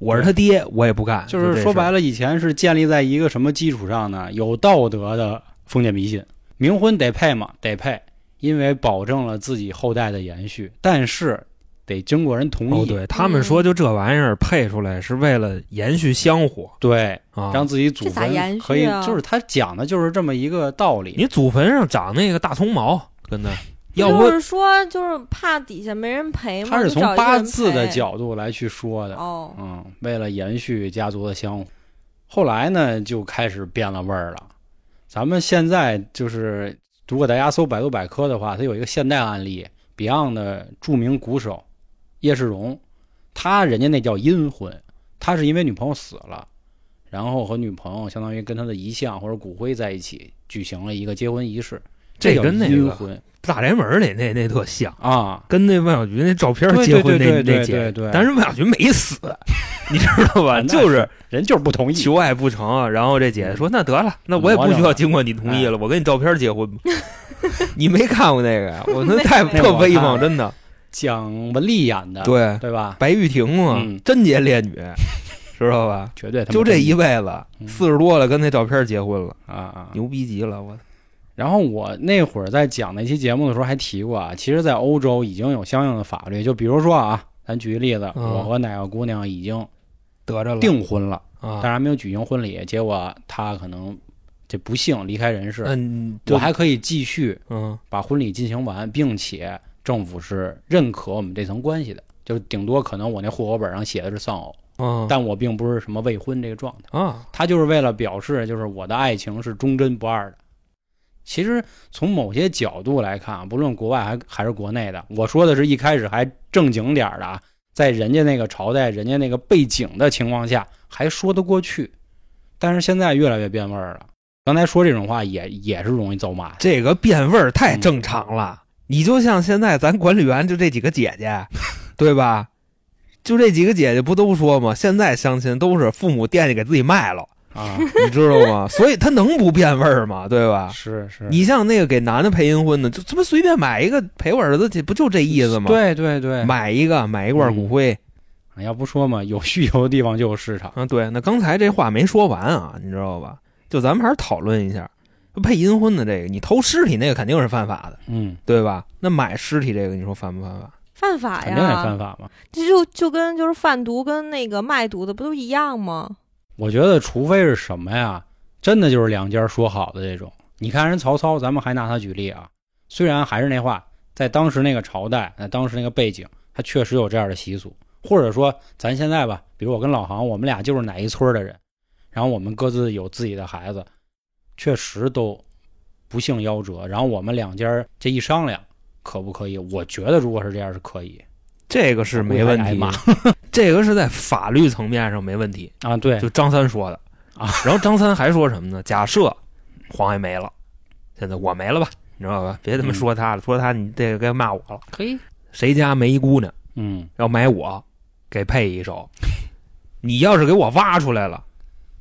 Speaker 3: 我是他爹，我也不干。
Speaker 1: 就
Speaker 3: 啊这
Speaker 1: 是说
Speaker 3: 事儿
Speaker 1: 白，了，以前是建立在一个什么基础上呢？有道德的封建迷信，冥婚得配吗？得配，因为保证了自己后代的延续，但是得经过人同
Speaker 3: 哦，
Speaker 1: 意，
Speaker 3: 对他们说，就这玩意儿配出来是为了延续香火
Speaker 1: 对
Speaker 3: 啊。
Speaker 1: 让自己祖
Speaker 4: 这咋延
Speaker 1: 坟
Speaker 4: 续
Speaker 1: 可以，
Speaker 4: 啊
Speaker 1: 就是他讲的就是这么一个道理。
Speaker 3: 你祖坟上长那个大葱毛，跟他，要
Speaker 4: 就
Speaker 3: 不
Speaker 4: 是说就是怕底下没人陪嘛，
Speaker 1: 他是
Speaker 4: 就
Speaker 1: 从
Speaker 4: 找一个
Speaker 1: 八
Speaker 4: 人
Speaker 1: 字的
Speaker 4: 陪
Speaker 1: 角度来去说的，
Speaker 4: 哦，
Speaker 1: 嗯，为了延续家族的香火。后来呢，就开始变了味儿了。咱们现在就是，如果大家搜百度百科的话，它有一个现代案例，Beyond 的著名鼓手叶世荣，他人家那叫阴婚，他是因为女朋友死了，然后和女朋友相当于跟他的遗像或者骨灰在一起举行了一个结婚仪式，
Speaker 3: 这
Speaker 1: 叫
Speaker 3: 跟那
Speaker 1: 阴
Speaker 3: 个
Speaker 1: 婚
Speaker 3: 大宅门里那那特像，
Speaker 1: 啊，
Speaker 3: 跟那万小菊那照片
Speaker 1: 对
Speaker 3: 结
Speaker 1: 对
Speaker 3: 婚那
Speaker 1: 对对
Speaker 3: 那
Speaker 1: 对
Speaker 3: 姐
Speaker 1: 对对，
Speaker 3: 但是万小菊没死，你知道
Speaker 1: 那
Speaker 3: 吧？
Speaker 1: 嗯
Speaker 3: 就是
Speaker 1: 人就是不同意，
Speaker 3: 求爱不成啊，然后这姐姐说：“那得了，那我也不需要经过你同意
Speaker 1: 哎
Speaker 3: 了，我跟你照片结 婚吧。”你没看过那个呀？我那太
Speaker 4: 没
Speaker 1: 有
Speaker 3: 特威
Speaker 1: 那我啊
Speaker 3: 风，
Speaker 1: 看
Speaker 3: 真的。
Speaker 1: 蒋雯丽演的，
Speaker 3: 对，
Speaker 1: 对吧？
Speaker 3: 白玉婷嘛
Speaker 1: 嗯，
Speaker 3: 贞洁 烈女，知道吧？
Speaker 1: 绝对他妈
Speaker 3: 就这一
Speaker 1: 同意
Speaker 3: 辈子，
Speaker 1: 嗯
Speaker 3: 四十多了跟那照片结婚了，
Speaker 1: 啊啊！
Speaker 3: 牛逼极了！我
Speaker 1: 然后我那会儿在讲那期节目的时候还提过啊，其实，在欧洲已经有相应的法律，就比如说啊，咱举个例子，
Speaker 3: 嗯
Speaker 1: 我和哪个姑娘已经
Speaker 3: 得着了
Speaker 1: 订婚了，但是
Speaker 3: 啊！
Speaker 1: 还没有举行婚礼，结果她可能这不幸离开人世，
Speaker 3: 嗯，
Speaker 1: 我还可以继续
Speaker 3: 嗯
Speaker 1: 把婚礼进行完，并且政府是认可我们这层关系的，就顶多可能我那户口本上写的是丧偶，
Speaker 3: 嗯
Speaker 1: 但我并不是什么未婚这个状态。
Speaker 3: 啊，
Speaker 1: 他就是为了表示，就是我的爱情是忠贞不二的。其实从某些角度来看，啊不论国外还还是国内的，我说的是一开始还正经点儿的啊，在人家那个朝代、人家那个背景的情况下，还说得过去。但是现在越来越变味儿了。刚才说这种话也也是容易遭骂的。
Speaker 3: 这个变味儿太正常了。你就像现在咱管理员就这几个 姐姐，对吧？就这几个姐姐不都说吗？现在相亲都是父母惦记给自己卖 了，
Speaker 1: 啊，
Speaker 3: 你知道吗？所以他能不变味儿吗？对吧？
Speaker 1: 是是，
Speaker 3: 你像那个给男的陪阴婚的，就他妈随便买一个陪我儿子去，不就这意思吗？，
Speaker 1: 对嗯对对，啊
Speaker 3: 买一个买一罐骨灰、
Speaker 1: 要不说嘛，有 需求的地方就有市场。
Speaker 3: 啊。对，那刚才这话没说完啊，你知道吧？就咱们还是讨论一下，配阴婚的这个，你偷尸体那个肯定是犯法的，
Speaker 1: 嗯，
Speaker 3: 对吧？那买尸体这个，你说犯不犯啊法？
Speaker 4: 犯法
Speaker 1: 肯定得
Speaker 4: 哎呀
Speaker 1: 犯，法嘛。
Speaker 4: 这就就跟就是贩毒跟那个卖毒的不都一样吗？
Speaker 1: 我觉得，除非是什么呀，真的就是两家说好的这种。你看人曹操，咱们还拿他举例啊。虽然还是那话，在当时那个朝代，在当时那个背景，他确实有这样的习俗。或者说，咱现在吧，比如我跟老航，我们俩就是哪一村的人，然后我们各自有自己的孩子，确实都不幸夭折。然后我们两家这一商量，可不可以？我觉得如果是这样是可以
Speaker 3: 这个是没问
Speaker 1: 我估
Speaker 3: 题
Speaker 1: 计还，
Speaker 3: 这个是在法律层面上没问题。
Speaker 1: 啊。对，
Speaker 3: 就张三说的
Speaker 1: 啊，
Speaker 3: 然后张三还说什么呢？假设黄爷没了，现在我没了吧，你知道吧？别他妈
Speaker 1: 嗯
Speaker 3: 说他了，说他你这个该骂我了。
Speaker 1: 可以。
Speaker 3: 谁家没一姑娘
Speaker 1: 嗯，
Speaker 3: 要买我，给配一 手。你要是给我挖出来了，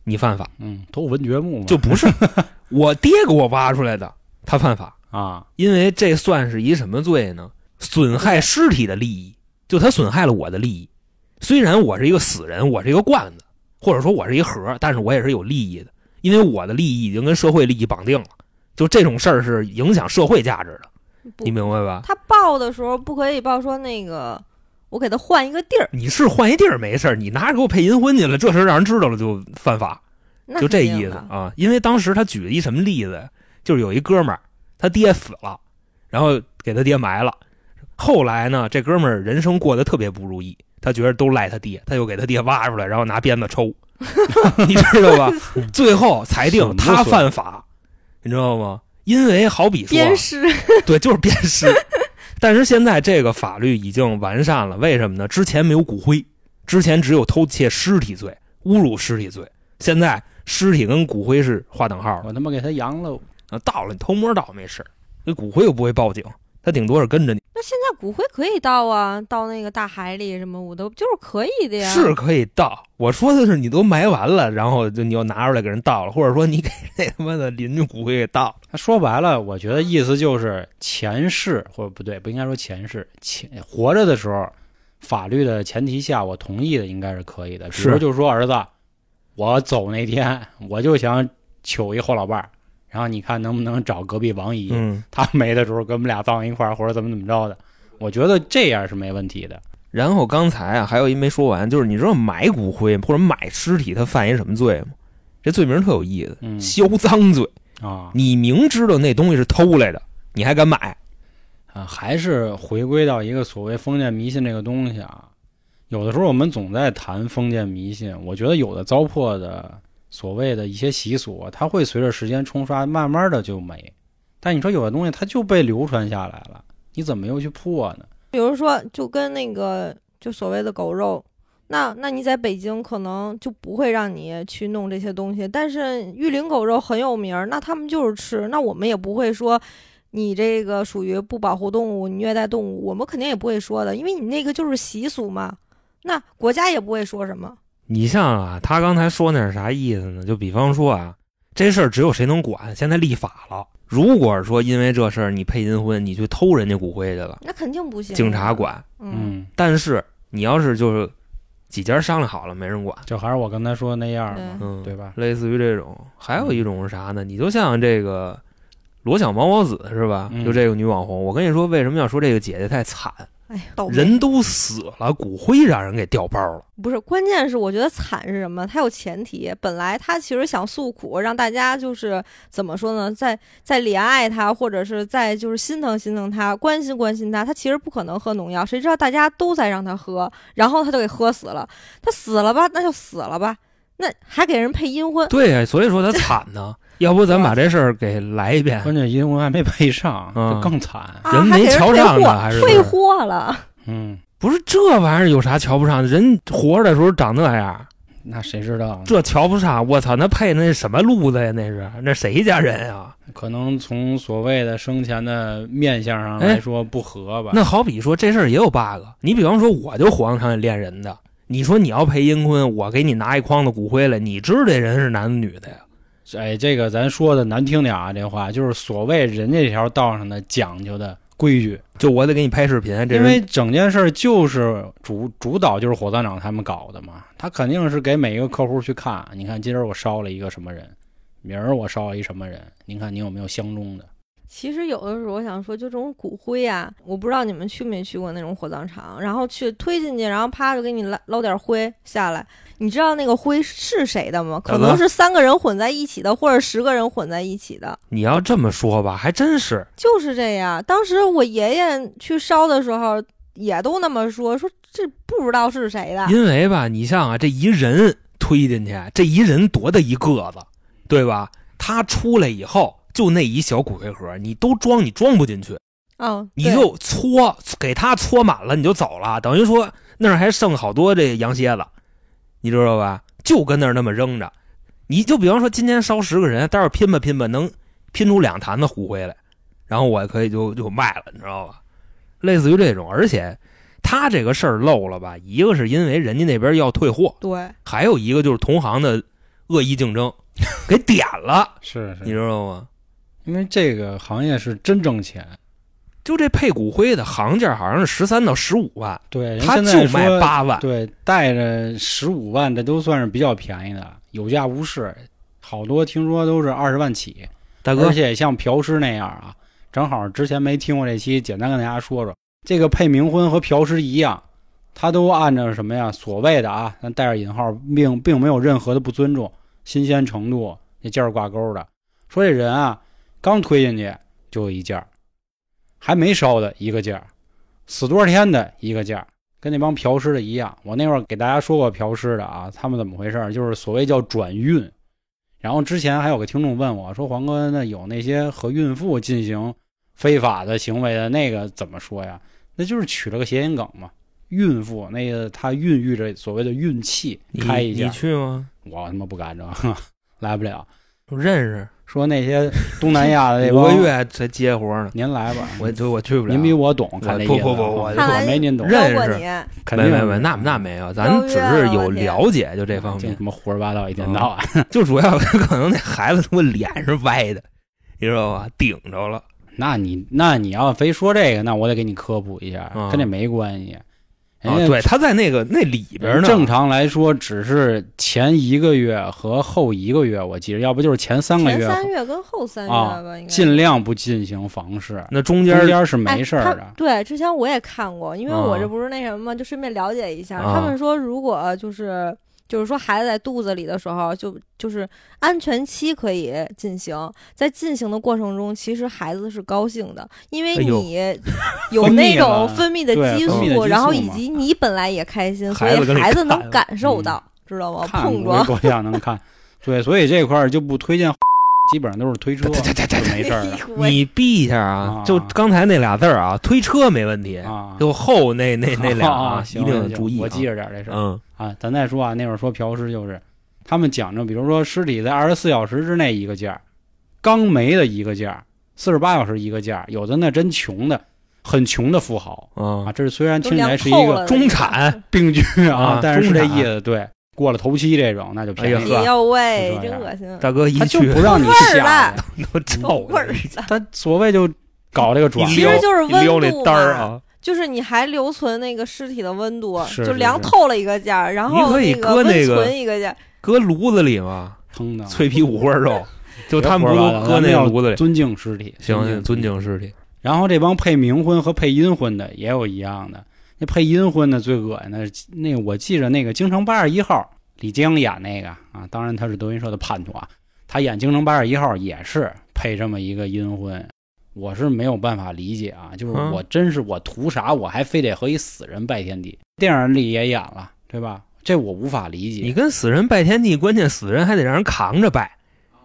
Speaker 3: 你犯法，
Speaker 1: 嗯，都文觉木嘛，
Speaker 3: 就不是 我爹给我挖出来的，他犯法。
Speaker 1: 啊，
Speaker 3: 因为这算是一什么罪呢？损害尸体的利益，就他损害了我的利益。虽然我是一个死人，我是一个罐子，或者说我是一盒，但是我也是有利益的，因为我的利益已经跟社会利益绑定了。就这种事儿是影响社会价值的，
Speaker 4: 不
Speaker 3: 你明白吧？
Speaker 4: 他报的时候不可以报说那个我给他换一个地儿，
Speaker 3: 你是换一地儿没事儿，你拿着给我配阴婚去了，这事儿让人知道了就犯法。
Speaker 4: 那
Speaker 3: 就这
Speaker 4: 肯定
Speaker 3: 意思
Speaker 4: 的
Speaker 3: 啊。因为当时他举了一什么例子，就是有一哥们儿，他爹死了，然后给他爹埋了。后来呢，这哥们儿人生过得特别不如意，他觉得都赖他爹，他就给他爹挖出来，然后拿鞭子 抽，你知道吧？最后裁定他犯法，你知道吗？因为好比说啊，
Speaker 4: 鞭尸
Speaker 3: 对，就是鞭尸。 但是现在这个法律已经完善了，为什么呢？之前没有骨灰，之前只有偷窃尸体罪、侮辱尸体罪，现在尸体跟骨灰是划等号的。
Speaker 1: 我他妈给他扬喽。
Speaker 3: 啊，到了你偷摸盗没事儿，这骨灰又不会报警，他顶多是跟着你，
Speaker 4: 那现在骨灰可以倒啊，倒那个大海里什么我都就是可以的呀。
Speaker 3: 是可以盗。我说的是你都埋完了，然后就你又拿出来给人盗了，或者说你给 那他妈的邻居骨灰给盗了。
Speaker 1: 他说白了，我觉得意思就是前世或者不对，不应该说前世，前活着的时候，法律的前提下，我同意的应该是可以的。比
Speaker 3: 是
Speaker 1: 如就说儿子，我走那天，我就想求一后老伴儿，然后你看能不能找隔壁王姨，
Speaker 3: 嗯，
Speaker 1: 他没的时候跟我们俩放一块儿，或者怎么怎么着的，我觉得这样是没问题的。
Speaker 3: 然后刚才啊，还有一没说完，就是你知道买骨灰或者买尸体，他犯一什么罪吗？这罪名特有意思，
Speaker 1: 嗯
Speaker 3: 销赃罪。
Speaker 1: 啊
Speaker 3: 你明知道那东西是偷来的，你还敢买？
Speaker 1: 啊，还是回归到一个所谓封建迷信这个东西啊。有的时候我们总在谈封建迷信，我觉得有的糟粕的所谓的一些习俗啊，它会随着时间冲刷，慢慢的就没。但你说有的东西它就被流传下来了，你怎么又去破呢？
Speaker 4: 比如说，就跟那个就所谓的狗肉，那那你在北京可能就不会让你去弄这些东西，但是玉林狗肉很有名儿，那他们就是吃，那我们也不会说你这个属于不保护动物，你虐待动物，我们肯定也不会说的，因为你那个就是习俗嘛，那国家也不会说什么。
Speaker 3: 你像啊，他刚才说那是啥意思呢？就比方说啊，这事儿只有谁能管？现在立法了，如果说因为这事儿你配阴婚，你去偷人家骨灰去了，
Speaker 4: 那肯定不行，
Speaker 3: 警察，管。
Speaker 4: 嗯，
Speaker 3: 但是你要是就是几家商量好了，没人管，
Speaker 1: 就还是我刚才说那样儿嘛，
Speaker 3: 嗯，
Speaker 1: 对吧？
Speaker 3: 类似于这种，还有一种是啥呢？你就像这个罗小毛毛子是吧？
Speaker 1: 嗯
Speaker 3: 就这个女网红，我跟你说，为什么要说这个姐姐太惨？
Speaker 4: 哎呀，倒霉
Speaker 3: 人都死了，骨灰让人给调包了。
Speaker 4: 不是，关键是我觉得惨是什么？他有前提，本来他其实想诉苦，让大家就是怎么说呢，在在怜爱他，或者是在就是心疼心疼他，关心关心他。他其实不可能喝农药，谁知道大家都在让他喝，然后他就给喝死了。他死了吧，那就死了吧，那还给人配阴 婚，
Speaker 3: 对呀，所以说她惨啊呢。 要不咱把这事儿给来一遍？
Speaker 1: 关键阴婚还没配上，
Speaker 3: 嗯
Speaker 1: 这更惨。
Speaker 4: 啊，
Speaker 3: 人
Speaker 4: 还
Speaker 3: 没
Speaker 4: 给人
Speaker 3: 瞧
Speaker 4: 退
Speaker 3: 上呢
Speaker 4: 货，
Speaker 3: 还是
Speaker 4: 退货了。
Speaker 1: 嗯，
Speaker 3: 不是这玩意儿有啥瞧不上？人活着的时候长那样，
Speaker 1: 那谁知道呢？
Speaker 3: 这瞧不上，我操，那配那什么路子呀？那是那谁家人啊？
Speaker 1: 可能从所谓的生前的面相上来说不合吧。
Speaker 3: 哎那好比说这事儿也有 bug，你比方说我就火葬场里练人的，你说你要配阴婚，我给你拿一筐子骨灰来，你知道这人是男的女的呀？
Speaker 1: 哎，这个咱说的难听点啊，这话就是所谓人家这条道上的讲究的规矩，
Speaker 3: 就我得给你拍视频，这
Speaker 1: 因
Speaker 3: 人
Speaker 1: 为整件事儿就是主主导就是火葬场他们搞的嘛，他肯定是给每一个客户去看，你看今儿我烧了一个什么人，明儿我烧了一什么人，您看你有没有相中的？
Speaker 4: 其实有的时候我想说，就这种骨灰啊，我不知道你们去没去过那种火葬场，然后去推进去，然后啪就给你捞捞点灰下来。你知道那个灰是谁的吗？可能是三个人混在一起的，或者十个人混在一起的，
Speaker 3: 你要这么说吧，还真是。
Speaker 4: 就是这样。当时我爷爷去烧的时候，也都那么说，说这不知道是谁的。
Speaker 3: 因为吧，你像啊，这一人推进去，这一人多大一个子，对吧？他出来以后，就那一小骨灰盒，你都装，你装不进去，
Speaker 4: 嗯，
Speaker 3: 你
Speaker 4: 对
Speaker 3: 就搓给他搓满了，你就走了。等于说那儿还剩好多这羊蝎子，你知道吧？就跟那儿那么扔着。你就比方说今天烧十个人，待会儿拼吧拼吧，能拼出两坛子骨灰来，然后我可以就就卖了，你知道吧？类似于这种，而且他这个事儿漏了吧，一个是因为人家那边要退货，
Speaker 4: 对，
Speaker 3: 还有一个就是同行的恶意竞争，给点 了，
Speaker 1: 是是
Speaker 3: 你知道吗？
Speaker 1: 因为这个行业是真挣钱，
Speaker 3: 就这配骨灰的行价好像是十三到十五万，
Speaker 1: 对，人
Speaker 3: 他
Speaker 1: 现
Speaker 3: 就
Speaker 1: 在
Speaker 3: 卖
Speaker 1: 说
Speaker 3: 八万，
Speaker 1: 对，带着十五万，这都算是比较便宜的，有价无市。好多听说都是二十万起，
Speaker 3: 大哥
Speaker 1: 而，且像嫖尸那样啊，正好之前没听过这期，简单跟大家说说，这个配冥婚和嫖尸一样，他都按照什么呀？所谓的啊，咱带着引号，并并没有任何的不尊重、新鲜程度那件儿挂钩的。说这人啊，刚推进去就有一件儿，还没烧的一个件儿，死多少天的一个件儿。跟那帮嫖尸的一样，我那会儿给大家说过嫖尸的啊，他们怎么回事儿？就是所谓叫转运，然后之前还有个听众问我说：“黄哥，那有那些和孕妇进行非法的行为的那个怎么说呀？”那就是取了个谐音梗嘛。孕妇那个她孕育着所谓的运气，
Speaker 3: 你
Speaker 1: 开一
Speaker 3: 你
Speaker 1: 下，
Speaker 3: 去吗？
Speaker 1: 我他妈不敢整，呵来不了。
Speaker 3: 我认识，
Speaker 1: 说那些东南亚的那
Speaker 3: 五个
Speaker 1: 帮，
Speaker 3: 月才接活呢，
Speaker 1: 您来吧，
Speaker 3: 我就我去不了。
Speaker 1: 您比我懂，看这意思啊，
Speaker 3: 不不不我
Speaker 4: 看来
Speaker 1: 没您懂，
Speaker 3: 认
Speaker 4: 包括
Speaker 3: 识
Speaker 4: 你，
Speaker 1: 肯
Speaker 3: 没
Speaker 1: 定
Speaker 3: 没没，那那
Speaker 1: 嗯
Speaker 3: 没有，咱只是有了解，就这方
Speaker 1: 净
Speaker 3: 面哦
Speaker 1: 他，妈胡说八道，一天到 晚。
Speaker 3: 就主要 可能那孩子他妈脸是歪的，你知道吧？顶着了，
Speaker 1: 那你那你要非说这个，那我得给你科普一下
Speaker 3: 嗯，
Speaker 1: 跟这没关系。
Speaker 3: 啊，
Speaker 1: 人家
Speaker 3: 对，他在那个那里边呢，
Speaker 1: 哎正常来说，只是前一个月和后一个月，我记着，要不就是前三个
Speaker 4: 前
Speaker 1: 月，
Speaker 4: 三月跟后三月
Speaker 1: 啊
Speaker 4: 吧，应该
Speaker 1: 尽量不进行房事，
Speaker 3: 那中间
Speaker 1: 中间是没事
Speaker 4: 哎
Speaker 1: 儿啊
Speaker 4: 他
Speaker 1: 的。
Speaker 4: 对，之前我也看过，因为我
Speaker 3: 啊
Speaker 4: 这不是那什么嘛，就顺便了解一下。
Speaker 3: 啊
Speaker 4: 他们说，如果就是就是说孩子在肚子里的时候，就就是安全期可以进行，在进行的过程中，其实孩子是高兴的，因为
Speaker 3: 哎呦
Speaker 4: 你有
Speaker 1: 分
Speaker 4: 那
Speaker 1: 泌
Speaker 4: 种
Speaker 1: 了
Speaker 4: 分泌的
Speaker 1: 对
Speaker 4: 激
Speaker 1: 分
Speaker 3: 泌的
Speaker 4: 素，
Speaker 1: 激
Speaker 4: 然后
Speaker 1: 素
Speaker 4: 以
Speaker 1: 嘛
Speaker 4: 及你本来也开心，所
Speaker 3: 孩子
Speaker 4: 以
Speaker 3: 跟你
Speaker 4: 孩子能
Speaker 3: 看
Speaker 4: 感受
Speaker 1: 嗯
Speaker 4: 到，知道吗？
Speaker 1: 看
Speaker 4: 碰
Speaker 1: 估计
Speaker 4: 撞。
Speaker 1: 多样能看，对，所以这块儿就不推荐， 基本上都是推车，
Speaker 3: 对对对对
Speaker 1: 就没事 儿
Speaker 3: 你避一下啊
Speaker 1: 啊，
Speaker 3: 就刚才那俩字儿啊，推车没问题
Speaker 1: 的，啊。
Speaker 3: 就后 那那那俩
Speaker 1: 啊，
Speaker 3: 一定注意啊。
Speaker 1: 我记着点儿这事儿
Speaker 3: 嗯
Speaker 1: 啊。咱再说啊，那会儿说嫖尸就是，他们讲究，比如说尸体在二十四小时之内一个价儿，刚没的一个价儿，四十八小时一个价儿，有的那真穷的，很穷的富豪啊，
Speaker 3: 啊，
Speaker 1: 这是虽然
Speaker 4: 都
Speaker 1: 听起
Speaker 4: 凉
Speaker 1: 来是一
Speaker 4: 透
Speaker 1: 个
Speaker 4: 了
Speaker 3: 中产，
Speaker 1: 病句
Speaker 3: 啊
Speaker 1: 啊，但是
Speaker 3: 中
Speaker 1: 这
Speaker 3: 产
Speaker 1: 意思对，过了头七这种那就便
Speaker 3: 哎
Speaker 1: 宜
Speaker 3: 呀
Speaker 1: 了，
Speaker 4: 哎呦喂，
Speaker 1: 就这
Speaker 4: 真
Speaker 1: 样
Speaker 4: 恶心，
Speaker 3: 大哥一
Speaker 1: 他就
Speaker 3: 去
Speaker 1: 不让你
Speaker 4: 味儿
Speaker 1: 下
Speaker 4: 了
Speaker 1: 去，
Speaker 3: 都
Speaker 4: 有
Speaker 3: 臭
Speaker 4: 味儿
Speaker 3: 了，
Speaker 4: 的。
Speaker 1: 他所谓就搞这个转
Speaker 3: 一
Speaker 4: 其
Speaker 1: 溜
Speaker 3: 溜
Speaker 4: 实就是
Speaker 3: 一溜
Speaker 4: 温
Speaker 3: 那
Speaker 4: 度
Speaker 3: 单儿
Speaker 4: 嘛
Speaker 3: 啊，
Speaker 4: 就是你还留存那个尸体的温度，
Speaker 1: 是
Speaker 4: 就是凉
Speaker 1: 是
Speaker 4: 透了一个价儿，然
Speaker 3: 你
Speaker 4: 后
Speaker 3: 可以
Speaker 4: 那个
Speaker 3: 搁那
Speaker 4: 温
Speaker 3: 个
Speaker 4: 存一个价儿，
Speaker 3: 搁炉子里嘛，
Speaker 1: 腾的，
Speaker 3: 脆皮五花 肉，就
Speaker 1: 别
Speaker 3: 他们
Speaker 1: 胡
Speaker 3: 不
Speaker 1: 说
Speaker 3: 都
Speaker 1: 八道
Speaker 3: 搁
Speaker 1: 咱
Speaker 3: 那
Speaker 1: 啊们要
Speaker 3: 炉子里？
Speaker 1: 尊敬尸体，
Speaker 3: 行行，尊
Speaker 1: 体
Speaker 3: 敬尸体
Speaker 1: 然后这帮配冥婚和配阴婚的也有一样的，那配阴婚的最恶心的，那我记着那个《京城八十一号》，李菁演那个啊，当然他是德云社的叛徒啊，他演《京城八十一号》也是配这么一个阴婚，我是没有办法理解啊，就是
Speaker 3: 嗯
Speaker 1: 我真是我图啥，我还非得和一死人拜天地？电影里也演了，对吧？这我无法理
Speaker 3: 你
Speaker 1: 解。
Speaker 3: 跟死人拜天地，关键死人还得让人扛着拜，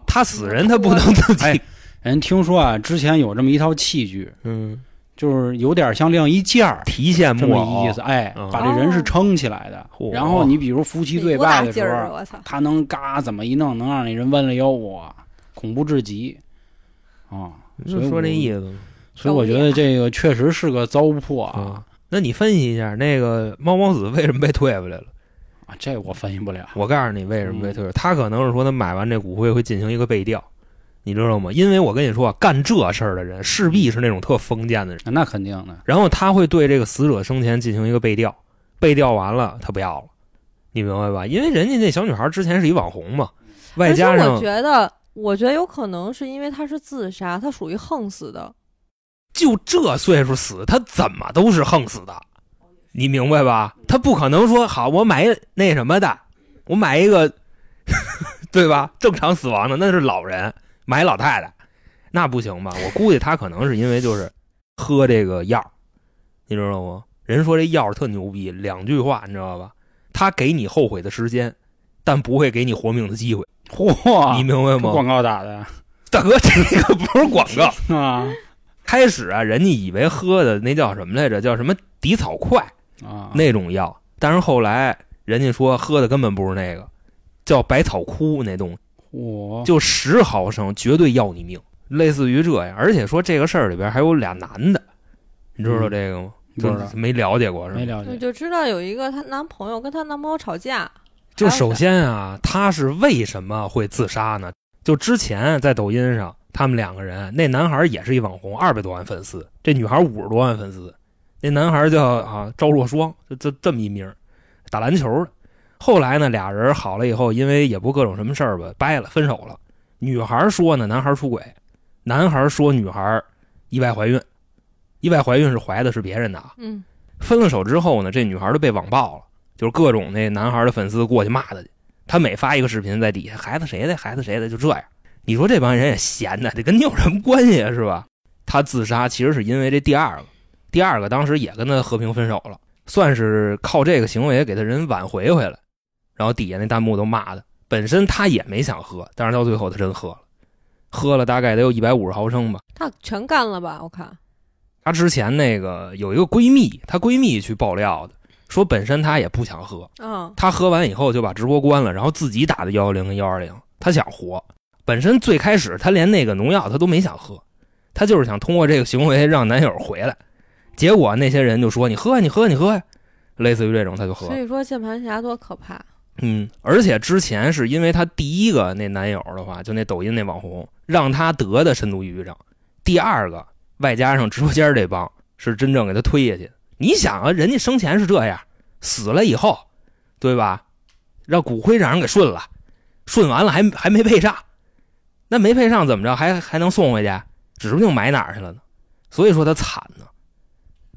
Speaker 3: 他死人他不能自己
Speaker 1: 啊 哎，人听说啊，之前有这么一套器具，
Speaker 3: 嗯，
Speaker 1: 就是有点像晾衣架儿，
Speaker 3: 提线
Speaker 1: 这
Speaker 3: 木
Speaker 1: 么
Speaker 3: 偶
Speaker 1: 一意思，，哎
Speaker 3: 嗯，哦
Speaker 1: 把这人是撑起来的。
Speaker 3: 嚯
Speaker 1: 然后你比如夫妻对
Speaker 4: 多大
Speaker 1: 拜的
Speaker 4: 劲
Speaker 1: 时
Speaker 4: 儿啊！
Speaker 1: 候，
Speaker 4: 我操，
Speaker 1: 他能嘎怎么一弄，能让那人弯了腰，哇，恐怖至极啊！所以
Speaker 3: 就说这
Speaker 1: 我
Speaker 3: 意思。
Speaker 1: 所以我觉得这个确实是个糟粕啊
Speaker 3: 啊！那你分析一下，那个猫猫子为什么被退回来了？
Speaker 1: 啊，这我分析不了。
Speaker 3: 我告诉你为什么
Speaker 1: 嗯
Speaker 3: 被退回来，他可能是说他买完这骨灰会进行一个背调，你知道吗？因为我跟你说啊，干这事儿的人势必是那种特封建的人，
Speaker 1: 那肯定的，
Speaker 3: 然后他会对这个死者生前进行一个背调，背调完了他不要了，你明白吧？因为人家那小女孩之前是一网红嘛，外
Speaker 4: 而且
Speaker 3: 加
Speaker 4: 我
Speaker 3: 上
Speaker 4: 觉得，我觉得有可能是因为他是自杀，他属于横死的。
Speaker 3: 就这岁数死，他怎么都是横死的，你明白吧？他不可能说好，我买一那什么的，我买一个， 对吧？正常死亡的那是老人，买老太太，那不行吧？我估计他可能是因为就是喝这个药，你知道吗？人说这药特牛逼，两句话你知道吧？他给你后悔的时间，但不会给你活命的机会，你
Speaker 1: 嚯，
Speaker 3: 明白吗？
Speaker 1: 啊广告打的
Speaker 3: 大哥，这个不是广告，
Speaker 1: 啊
Speaker 3: 开始啊，人家以为喝的那叫什么来着？叫什么底草快
Speaker 1: 啊，
Speaker 3: 那种药，但是后来人家说喝的根本不是那个，叫百草枯那东西，
Speaker 1: 哦我
Speaker 3: 就十毫升绝对要你命，类似于这样。而且说这个事儿里边还有俩男的，你知道这个吗？
Speaker 1: 不
Speaker 3: 就
Speaker 1: 知道
Speaker 3: 没了解过是
Speaker 1: 没
Speaker 3: 吗？
Speaker 1: 了
Speaker 4: 我
Speaker 1: 解
Speaker 4: 就知道有一个她男朋友跟她男朋友吵架，
Speaker 3: 就首先啊，他是为什么会自杀呢？就之前在抖音上，他们两个人，那男孩也是一网红，二百多万粉丝，这女孩五十多万粉丝，那男孩叫啊赵若霜，就这这么一名儿，打篮球的。后来呢，俩人好了以后，因为也不各种什么事儿吧，掰了，分手了。女孩说呢，男孩出轨；男孩说女孩意外怀孕，意外怀孕是怀的是别人的啊。
Speaker 4: 嗯，
Speaker 3: 分了手之后呢，这女孩就被网暴了，就是各种那男孩的粉丝过去骂她去。她每发一个视频，在底下孩子谁的，孩子谁的，就这样。你说这帮人也闲的，这跟你有什么关系啊，是吧？她自杀其实是因为这第二个，第二个当时也跟她和平分手了，算是靠这个行为给她人挽回回来。然后底下那弹幕都骂她，本身她也没想喝，但是到最后她真喝了，喝了大概得有一百五十毫升吧。
Speaker 4: 他全干了吧？我看
Speaker 3: 她之前那个有一个闺蜜，她闺蜜去爆料的，说本身她也不想喝，
Speaker 4: 啊，
Speaker 3: 她喝完以后就把直播关了，然后自己打的幺幺零跟幺二零，她想活。本身最开始她连那个农药她都没想喝，她就是想通过这个行为让男友回来。结果那些人就说：“你喝呀，你喝呀，你喝呀。”类似于这种，她就喝了
Speaker 4: 所。以说键盘侠多可怕。
Speaker 3: 嗯，而且之前是因为她第一个那男友的话，就那抖音那网红，让她得的深度抑郁症。第二个，外加上直播间这帮是真正给她推下去的。你想啊，人家生前是这样，死了以后，对吧？让骨灰让人给顺了，顺完了还还没配上，那没配上怎么着还还能送回去？指不定埋哪儿去了呢。所以说他惨呢。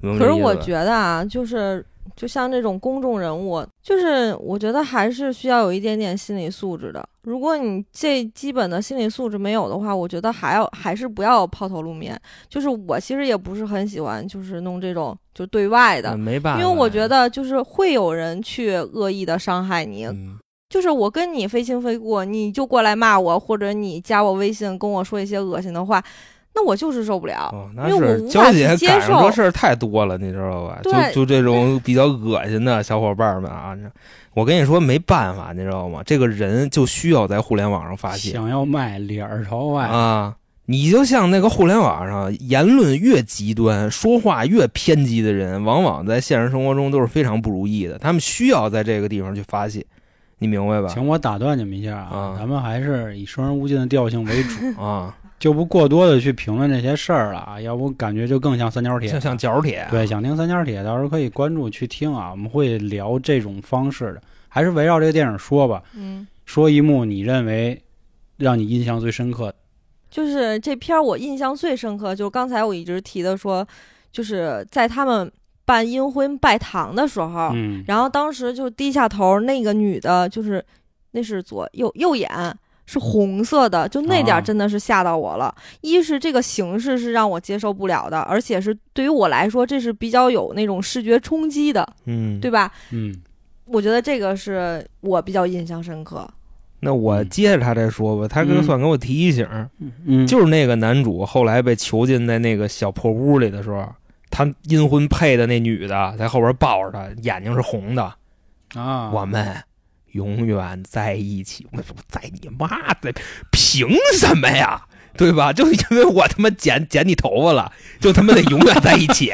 Speaker 3: 明白
Speaker 4: 可
Speaker 3: 这
Speaker 4: 是
Speaker 3: 意思
Speaker 4: 我
Speaker 3: 吧
Speaker 4: 觉得啊，就是就像这种公众人物，就是我觉得还是需要有一点点心理素质的。如果你这基本的心理素质没有的话，我觉得还要还是不要抛头露面。就是我其实也不是很喜欢，就是弄这种就对外
Speaker 3: 那
Speaker 4: 的。
Speaker 3: 嗯没办
Speaker 4: 因
Speaker 3: 法，
Speaker 4: 为我觉得，就是会有人去恶意的伤害你，
Speaker 3: 嗯
Speaker 4: 就是我跟你非亲非故，你就过来骂我，或者你加我微信跟我说一些恶心的话，那我就是受不了。
Speaker 3: 哦，那
Speaker 4: 因为我
Speaker 3: 是
Speaker 4: 无
Speaker 3: 娇
Speaker 4: 法
Speaker 3: 姐
Speaker 4: 去接
Speaker 3: 赶上
Speaker 4: 受
Speaker 3: 这事儿太多了，你知道吧？就
Speaker 4: 对
Speaker 3: 就这种比较恶心的小伙伴们啊，你我跟你说没办法，你知道吗？这个人就需要在互联网上发泄
Speaker 1: 想要卖脸儿朝外，
Speaker 3: 啊。你就像那个互联网上言论越极端、说话越偏激的人，往往在现实生活中都是非常不如意的。他们需要在这个地方去发泄，你明白吧？
Speaker 1: 请我打断你们一下啊
Speaker 3: 啊，
Speaker 1: 咱们还是以生人勿近的调性为主，
Speaker 3: 啊，
Speaker 1: 就不过多的去评论这些事儿了啊，要不感觉就更像三角铁。
Speaker 3: 像像角铁啊、
Speaker 1: 对，想听三角铁，到时候可以关注去听啊，我们会聊这种方式的，还是围绕这个电影说吧，
Speaker 4: 嗯。
Speaker 1: 说一幕你认为让你印象最深刻的。
Speaker 4: 就是这片儿我印象最深刻，就是刚才我一直提的说，就是在他们办阴婚拜堂的时
Speaker 3: 哦
Speaker 4: 候，
Speaker 1: 嗯，
Speaker 4: 然后当时就低下头，那个女的就是那是左右右眼。是红色的，就那点
Speaker 1: 啊
Speaker 4: 儿真的是吓到我了。一是这个形式是让我接受不了的，而且是对于我来说，这是比较有那种视觉冲击的，
Speaker 3: 嗯，
Speaker 4: 对吧？
Speaker 1: 嗯，
Speaker 4: 我觉得这个是我比较印象深刻。
Speaker 3: 那我
Speaker 1: 嗯
Speaker 3: 接着他再说吧，他这
Speaker 1: 嗯
Speaker 3: 算给我提一醒儿。
Speaker 1: 嗯，
Speaker 3: 就是那个男主后来被囚禁在那个小破屋里的时候，他阴婚配的那女的在后边抱着他，眼睛是红的。
Speaker 1: 啊，
Speaker 3: 我们永远在一起。我说在你妈的，凭什么呀？对吧？就因为我他妈剪剪你头发了，就他妈得永远在一起，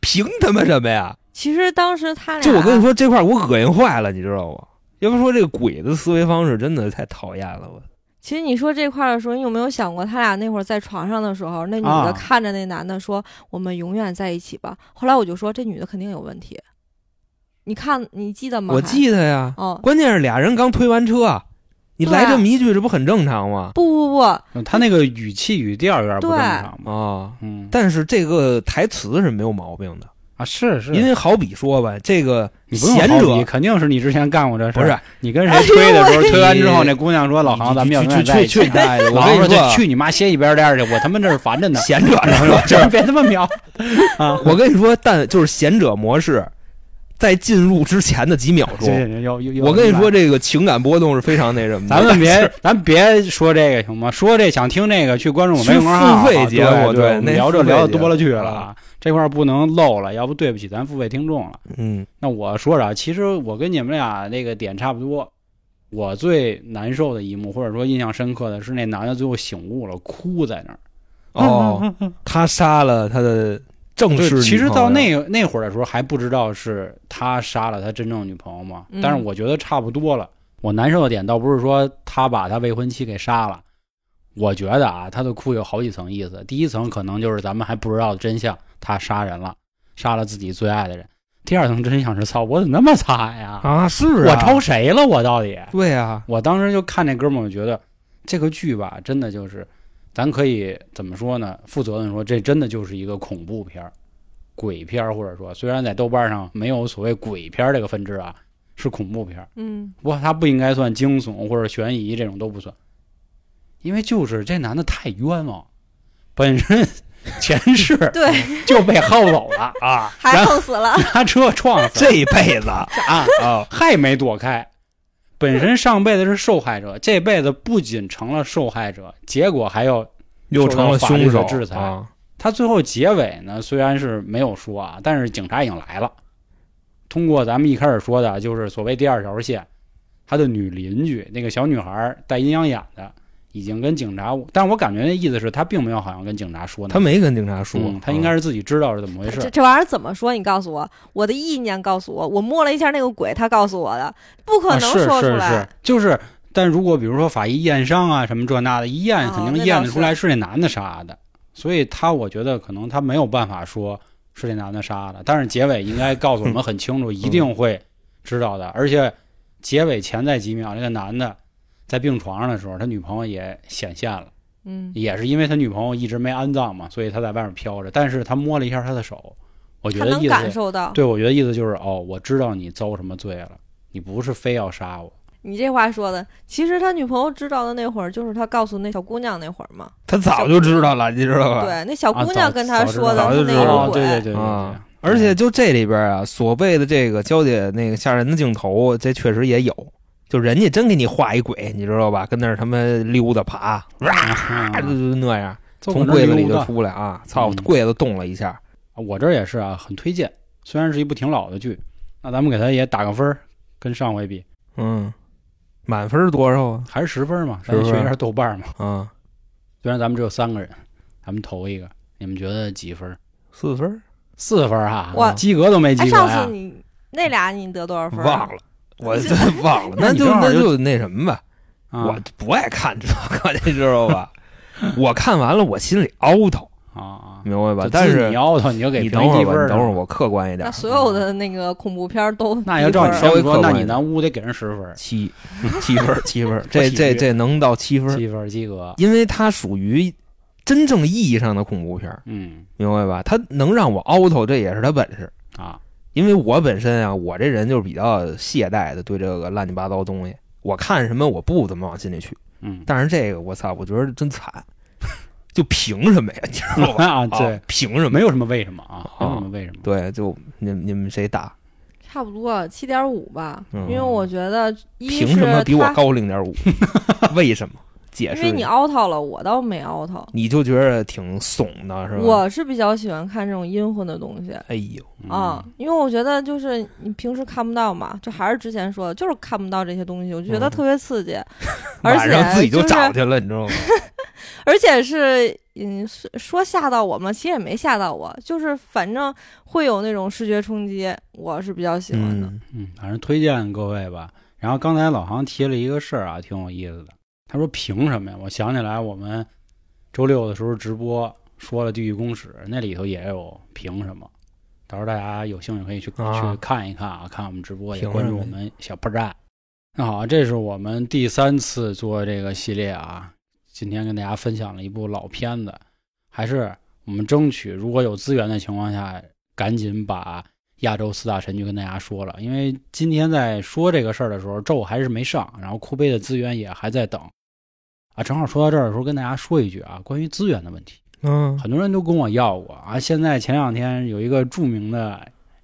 Speaker 3: 凭他妈什么呀？
Speaker 4: 其实当时他俩，
Speaker 3: 就我跟你说这块儿我恶心坏了，你知道吗？要不说这个鬼的思维方式真的太讨厌了，我
Speaker 4: 其实你说这块儿的时候，你有没有想过，他俩那会儿在床上的时候，那女
Speaker 1: 啊
Speaker 4: 的看着那男的说：“我们永远在一起吧。”后来我就说，这女的肯定有问题。你看，你记得吗？
Speaker 3: 我
Speaker 4: 还
Speaker 3: 记得呀，
Speaker 4: 哦，
Speaker 3: 关键是俩人刚推完车，啊你来
Speaker 4: 对
Speaker 3: 这么一句，这不很正常吗？
Speaker 4: 不不不，
Speaker 1: 他那个语气语调有点不正常
Speaker 3: 啊、
Speaker 1: 嘛。嗯，
Speaker 3: 但是这个台词是没有毛病的，
Speaker 1: 啊，是是，
Speaker 3: 因为好比说吧，这个
Speaker 1: 你不用
Speaker 3: 贤
Speaker 1: 好比
Speaker 3: 者
Speaker 1: 肯定是你之前干过这事，
Speaker 3: 不是？
Speaker 1: 你跟谁推的时候，
Speaker 3: 哎呦喂
Speaker 1: 推完之后，那姑娘说：“老航，
Speaker 3: 去
Speaker 1: 咱们要
Speaker 3: 去
Speaker 1: 永远
Speaker 3: 去
Speaker 1: 在一起
Speaker 3: 去去哎我
Speaker 1: 老航
Speaker 3: 跟
Speaker 1: 说：“
Speaker 3: 你说
Speaker 1: 就
Speaker 3: 啊
Speaker 1: 去你妈，歇一边待着去，我他妈这是烦着呢。”
Speaker 3: 贤者
Speaker 1: 然后说：“就是别他妈 瞄。啊
Speaker 3: 我跟你说，但就是贤者模式，在进入之前的几秒
Speaker 1: 行行
Speaker 3: 钟，
Speaker 1: 行有有有
Speaker 3: 我跟你说，这个情感波动是非常那什么的。
Speaker 1: 咱们别咱别说这个行吗？说这想听这个，去关注我们
Speaker 3: 去
Speaker 1: 公众号啊
Speaker 3: 付费节目
Speaker 1: 对
Speaker 3: 对
Speaker 1: 我们
Speaker 3: 那
Speaker 1: 聊这
Speaker 3: 付费
Speaker 1: 聊的
Speaker 3: 节
Speaker 1: 多了去
Speaker 3: 目
Speaker 1: 了啊，这块儿不能漏了，要不对不起咱付费听众了。
Speaker 3: 嗯
Speaker 1: 那我说啥？其实我跟你们俩那个点差不多。我最难受的一幕，或者说印象深刻的是，那男的最后醒悟了，哭在那儿。
Speaker 3: 哦，他杀了他的
Speaker 1: 嗯
Speaker 3: 正
Speaker 1: 对
Speaker 3: 式，
Speaker 1: 其实
Speaker 3: 女朋友
Speaker 1: 到那个那会儿的时候还不知道是他杀了他真正女朋友嘛，
Speaker 4: 嗯
Speaker 1: 但是我觉得差不多了。我难受的点倒不是说他把他未婚妻给杀了，我觉得啊，他的哭有好几层意思。第一层可能就是咱们还不知道真相，他杀人了，杀了自己最爱的人。第二层真相是操，我怎么那么惨呀？
Speaker 3: 啊，是
Speaker 1: 我
Speaker 3: 啊
Speaker 1: 抄谁了？我到底？
Speaker 3: 对啊，
Speaker 1: 我当时就看那哥们儿，我觉得这个剧吧，真的就是，咱可以怎么说呢？负责任说，这真的就是一个恐怖片儿、鬼片儿，或者说，虽然在豆瓣上没有所谓鬼片儿这个分支啊，是恐怖片儿，
Speaker 4: 嗯，
Speaker 1: 不过它不应该算惊悚或者悬疑这种都不算，因为就是这男的太冤枉，本身 前世
Speaker 4: 对，
Speaker 1: 就被薅走了啊，
Speaker 4: 还
Speaker 1: 然后
Speaker 4: 横死 了。
Speaker 1: 拿车撞死了
Speaker 3: 这一辈子
Speaker 1: 啊啊，还没躲开。本身上辈子是受害者，这辈子不仅成了受害者，结果还要
Speaker 3: 又成了
Speaker 1: 受到法律
Speaker 3: 凶
Speaker 1: 的
Speaker 3: 手
Speaker 1: 制裁
Speaker 3: 啊。
Speaker 1: 他最后结尾呢，虽然是没有说啊，但是警察已经来了。通过咱们一开始说的，就是所谓第二条线，他的女邻居那个小女孩带阴阳眼的，已经跟警察，但我感觉那意思是她并没有好像跟警察说呢，
Speaker 3: 他没跟警察说啊
Speaker 1: 嗯，她应该是自己知道是怎么回事
Speaker 4: 这。这玩意儿怎么说？你告诉我，我的意念告诉我，我摸了一下那个鬼，他告诉我的，不可
Speaker 1: 啊，
Speaker 4: 能
Speaker 1: 是
Speaker 4: 说出
Speaker 1: 是
Speaker 4: 来。
Speaker 1: 是，就是，但如果比如说法医验伤啊什么这那的，一验
Speaker 4: 哦
Speaker 1: 肯
Speaker 4: 那
Speaker 1: 定
Speaker 4: 倒
Speaker 1: 验得出
Speaker 4: 是
Speaker 1: 来是那男的杀的，所以他我觉得可能他没有办法说是这男的杀的，但是结尾应该告诉我们很 清楚，一定会知道的。而且结尾前在几秒，那个男的在病床上的时候，他女朋友也显现了，
Speaker 4: 嗯，
Speaker 1: 也是因为他女朋友一直没安葬嘛，所以他在外面飘着。但是他摸了一下他的手，我觉
Speaker 4: 他
Speaker 1: 得
Speaker 4: 能
Speaker 1: 意
Speaker 4: 感
Speaker 1: 思
Speaker 4: 受到。
Speaker 1: 对，我觉得意思就是哦，我知道你遭什么罪了，你不是非要杀我。
Speaker 4: 你这话说的，其实他女朋友知道的那会儿，就是他告诉那小姑娘那会儿嘛。
Speaker 3: 他早就知道了，你知道吧？
Speaker 4: 对，那小
Speaker 1: 啊
Speaker 4: 姑
Speaker 1: 早
Speaker 4: 娘跟他
Speaker 1: 早知
Speaker 4: 说的，
Speaker 1: 道
Speaker 4: 他
Speaker 3: 早就
Speaker 4: 那
Speaker 3: 知道
Speaker 4: 个哎
Speaker 1: 哦，
Speaker 3: 了
Speaker 1: 对对
Speaker 4: 鬼，
Speaker 1: 对对对
Speaker 3: 啊，而且就这里边啊，所谓的这个娇姐那个吓人的镜头，这确实也有。就人家真给你画一鬼，你知道吧？跟那儿他妈溜达爬，哇，
Speaker 1: 啊
Speaker 3: 就就那样，
Speaker 1: 就
Speaker 3: 从
Speaker 1: 往那
Speaker 3: 柜子里
Speaker 1: 溜
Speaker 3: 就
Speaker 1: 达
Speaker 3: 出来啊！操
Speaker 1: 嗯，
Speaker 3: 柜子动了一下，
Speaker 1: 我这儿也是啊，很推荐。虽然是一部挺老的剧，那咱们给它也打个分儿，跟上回比
Speaker 3: 嗯，满分多少啊？
Speaker 1: 还是十分儿嘛，
Speaker 3: 十
Speaker 1: 咱
Speaker 3: 分儿
Speaker 1: 学一下豆瓣儿嘛。
Speaker 3: 啊，
Speaker 1: 虽然咱们只有三个人，咱们投一个，你们觉得几分儿？
Speaker 3: 四分
Speaker 1: 四分儿啊！
Speaker 4: 哇
Speaker 1: 及格都没及
Speaker 4: 哎，
Speaker 1: 格
Speaker 4: 上
Speaker 1: 呀
Speaker 4: 次、你那俩你得多少分？
Speaker 3: 啊
Speaker 4: 啊
Speaker 3: 忘了。。我真 忘了，
Speaker 1: 那
Speaker 3: 那
Speaker 1: 你
Speaker 3: 就
Speaker 1: 正好
Speaker 3: 那
Speaker 1: 就
Speaker 3: 就那什么吧，
Speaker 1: 啊！
Speaker 3: 我不爱看这个，你知道吧？我看完了，我心里凹腾，
Speaker 1: 啊啊！
Speaker 3: 明白吧
Speaker 1: 就？
Speaker 3: 但
Speaker 1: 自己你
Speaker 3: 是
Speaker 1: 要头，你就给
Speaker 3: 你
Speaker 1: 评
Speaker 3: 等会
Speaker 1: 低
Speaker 3: 儿
Speaker 1: 分
Speaker 3: 吧，
Speaker 1: 儿
Speaker 3: 你等会儿
Speaker 1: 是吧
Speaker 3: 我客观一点
Speaker 4: 那，所有的那个恐怖片儿都
Speaker 1: 那要照你
Speaker 4: 低
Speaker 1: 这
Speaker 4: 分
Speaker 1: 么
Speaker 3: 稍
Speaker 4: 儿
Speaker 3: 微
Speaker 1: 说，
Speaker 3: 客
Speaker 1: 那
Speaker 3: 观一
Speaker 1: 你
Speaker 3: 点
Speaker 1: 咱屋得给人十分儿，
Speaker 3: 七七分儿七分儿，这
Speaker 1: 体
Speaker 3: 这
Speaker 1: 育
Speaker 3: 这能到七分儿，
Speaker 1: 七分儿及格。
Speaker 3: 因为它属于真正意义上的恐怖片儿，
Speaker 1: 嗯
Speaker 3: 明白吧？它能让我凹头，这也是它本事。
Speaker 1: 啊，
Speaker 3: 因为我本身啊，我这人就是比较懈怠的，对这个乱七八糟东西，我看什么我不怎么往心里去。
Speaker 1: 嗯
Speaker 3: 但是这个我操，我觉得真惨， 就凭什么呀？你知 道吧？
Speaker 1: 啊，对
Speaker 3: 啊，，凭什 么
Speaker 1: 没
Speaker 3: 呀？
Speaker 1: 有什么为什么啊，没有
Speaker 3: 啊
Speaker 1: 什么为什么。
Speaker 3: 对，就你们你们谁打？
Speaker 4: 差不多七点五吧，
Speaker 3: 嗯
Speaker 4: 因为我觉得一是
Speaker 3: 凭什么比我
Speaker 4: 他？
Speaker 3: 高零点五？ 为什么？解
Speaker 4: 因
Speaker 3: 释
Speaker 4: 为
Speaker 3: 一
Speaker 4: 你
Speaker 3: 下。
Speaker 4: out 了，我倒没 out。
Speaker 3: 你就觉得挺怂的是吧？
Speaker 4: 我是比较喜欢看这种阴魂的东西
Speaker 3: 哎呦，
Speaker 1: 嗯
Speaker 4: 啊，因为我觉得就是你平时看不到嘛，就还是之前说的，就是看不到这些东西，我就觉得
Speaker 3: 嗯
Speaker 4: 特别刺 激，而
Speaker 3: 晚上自
Speaker 4: 且
Speaker 3: 己就是找去了，你知道吗？
Speaker 4: 而且是嗯是说吓到我吗？其实也没吓到我，就是反正会有那种视觉冲击，我是比较喜欢的。
Speaker 3: 嗯，
Speaker 1: 嗯，反正推荐各位吧。然后刚才老航提了一个事儿啊，挺有意思的。他说凭什么呀？我想起来我们周六的时候直播说了《地狱公使》，那里头也有凭什么。到时候大家有兴趣可以去、
Speaker 3: 啊
Speaker 1: 去看一看啊，看我们直播也
Speaker 3: 凭
Speaker 1: 关
Speaker 3: 什
Speaker 1: 注
Speaker 3: 么
Speaker 1: 我
Speaker 3: 呀
Speaker 1: 们小破站。那好，这是我们第三次做这个系列啊。今天跟大家分享了一部老片子，还是我们争取如果有资源的情况下，赶紧把亚洲四大神剧跟大家说了，因为今天在说这个事儿的时候，咒还是没上，然后酷贝的资源也还在等。啊，正好说到这儿的时候，跟大家说一句啊，关于资源的问题，
Speaker 3: 嗯
Speaker 1: 很多人都跟我要过啊。现在前两天有一个著名的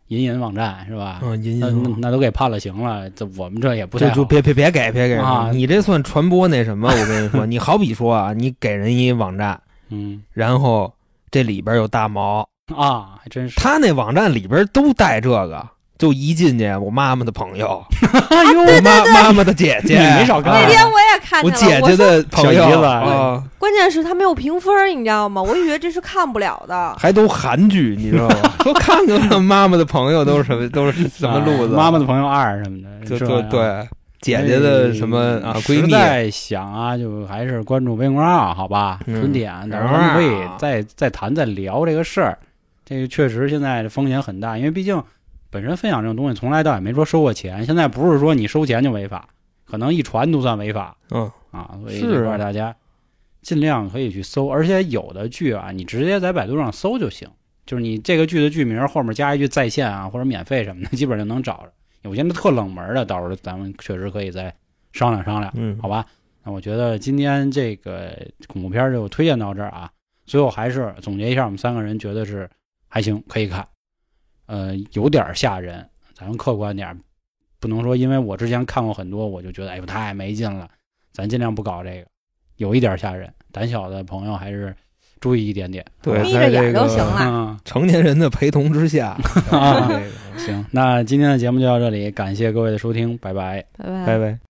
Speaker 1: 银银网站是吧？
Speaker 3: 嗯，银
Speaker 1: 那那
Speaker 3: 银，
Speaker 1: 那都给判了刑了，这我们哎这也不
Speaker 3: 就
Speaker 1: 太
Speaker 3: 就
Speaker 1: 好。
Speaker 3: 别别别给别给
Speaker 1: 啊
Speaker 3: 你这算传播那什么？我跟你 说，你好比说啊，你给人一网站，
Speaker 1: 嗯
Speaker 3: 然后这里边有大毛，
Speaker 1: 啊，还真是。
Speaker 3: 他那网站里边都带这个，就一进去，我妈妈的朋 友，
Speaker 1: 哎呦，
Speaker 3: 我妈妈妈的姐姐，
Speaker 1: 你没少看
Speaker 3: 啊
Speaker 4: 那天我也看
Speaker 3: 我
Speaker 4: 见
Speaker 3: 姐
Speaker 4: 了，我嗯
Speaker 3: 姐的朋友
Speaker 1: 小姨子
Speaker 3: 啊，
Speaker 4: 关键是他没有评分儿，你知道吗？我以为这是看不了的。
Speaker 3: 还都韩剧，你知道吗？ 说看看妈妈的朋友都是什么都是什么路子，
Speaker 1: 啊妈妈的朋友二什么的，
Speaker 3: 就是就
Speaker 1: 吧啊
Speaker 3: 对姐姐的什么啊
Speaker 1: 哎
Speaker 3: 闺
Speaker 1: 实
Speaker 3: 蜜，
Speaker 1: 在想啊，就还是关注微信公众号，好吧？
Speaker 3: 嗯
Speaker 1: 春点，到时候
Speaker 3: 然后
Speaker 1: 咱们
Speaker 3: 啊
Speaker 1: 可以再再谈再聊这个事儿。这个确实现在风险很大，因为毕竟本身分享这种东西从来倒也没说收过钱，现在不是说你收钱就违法，可能一传都算违法
Speaker 3: 嗯
Speaker 1: 啊。所以
Speaker 3: 是啊
Speaker 1: 这块儿大家尽量可以去搜，而且有的剧啊，你直接在百度上搜就行，就是你这个剧的剧名后面加一句在线啊或者免费什么的，基本就能找着。有些那特冷门的，到时候咱们确实可以再商量商量。
Speaker 3: 嗯，
Speaker 1: 好吧？那我觉得今天这个恐怖片儿就推荐到这儿啊。最后还是总结一下，我们三个人觉得是还行，可以看，呃，有点儿吓人，咱们客观点儿，不能说因为我之前看过很多，我就觉得哎呦太没劲了，咱尽量不搞这个，有一点儿吓人，胆小的朋友还是注意一点点。
Speaker 3: 对，
Speaker 4: 眯着眼儿就行了
Speaker 1: 嗯，
Speaker 3: 成年人的陪同之下，
Speaker 1: 啊行，那今天的节目就到这里，感谢各位的收听，拜拜。
Speaker 4: 拜拜
Speaker 3: 拜拜。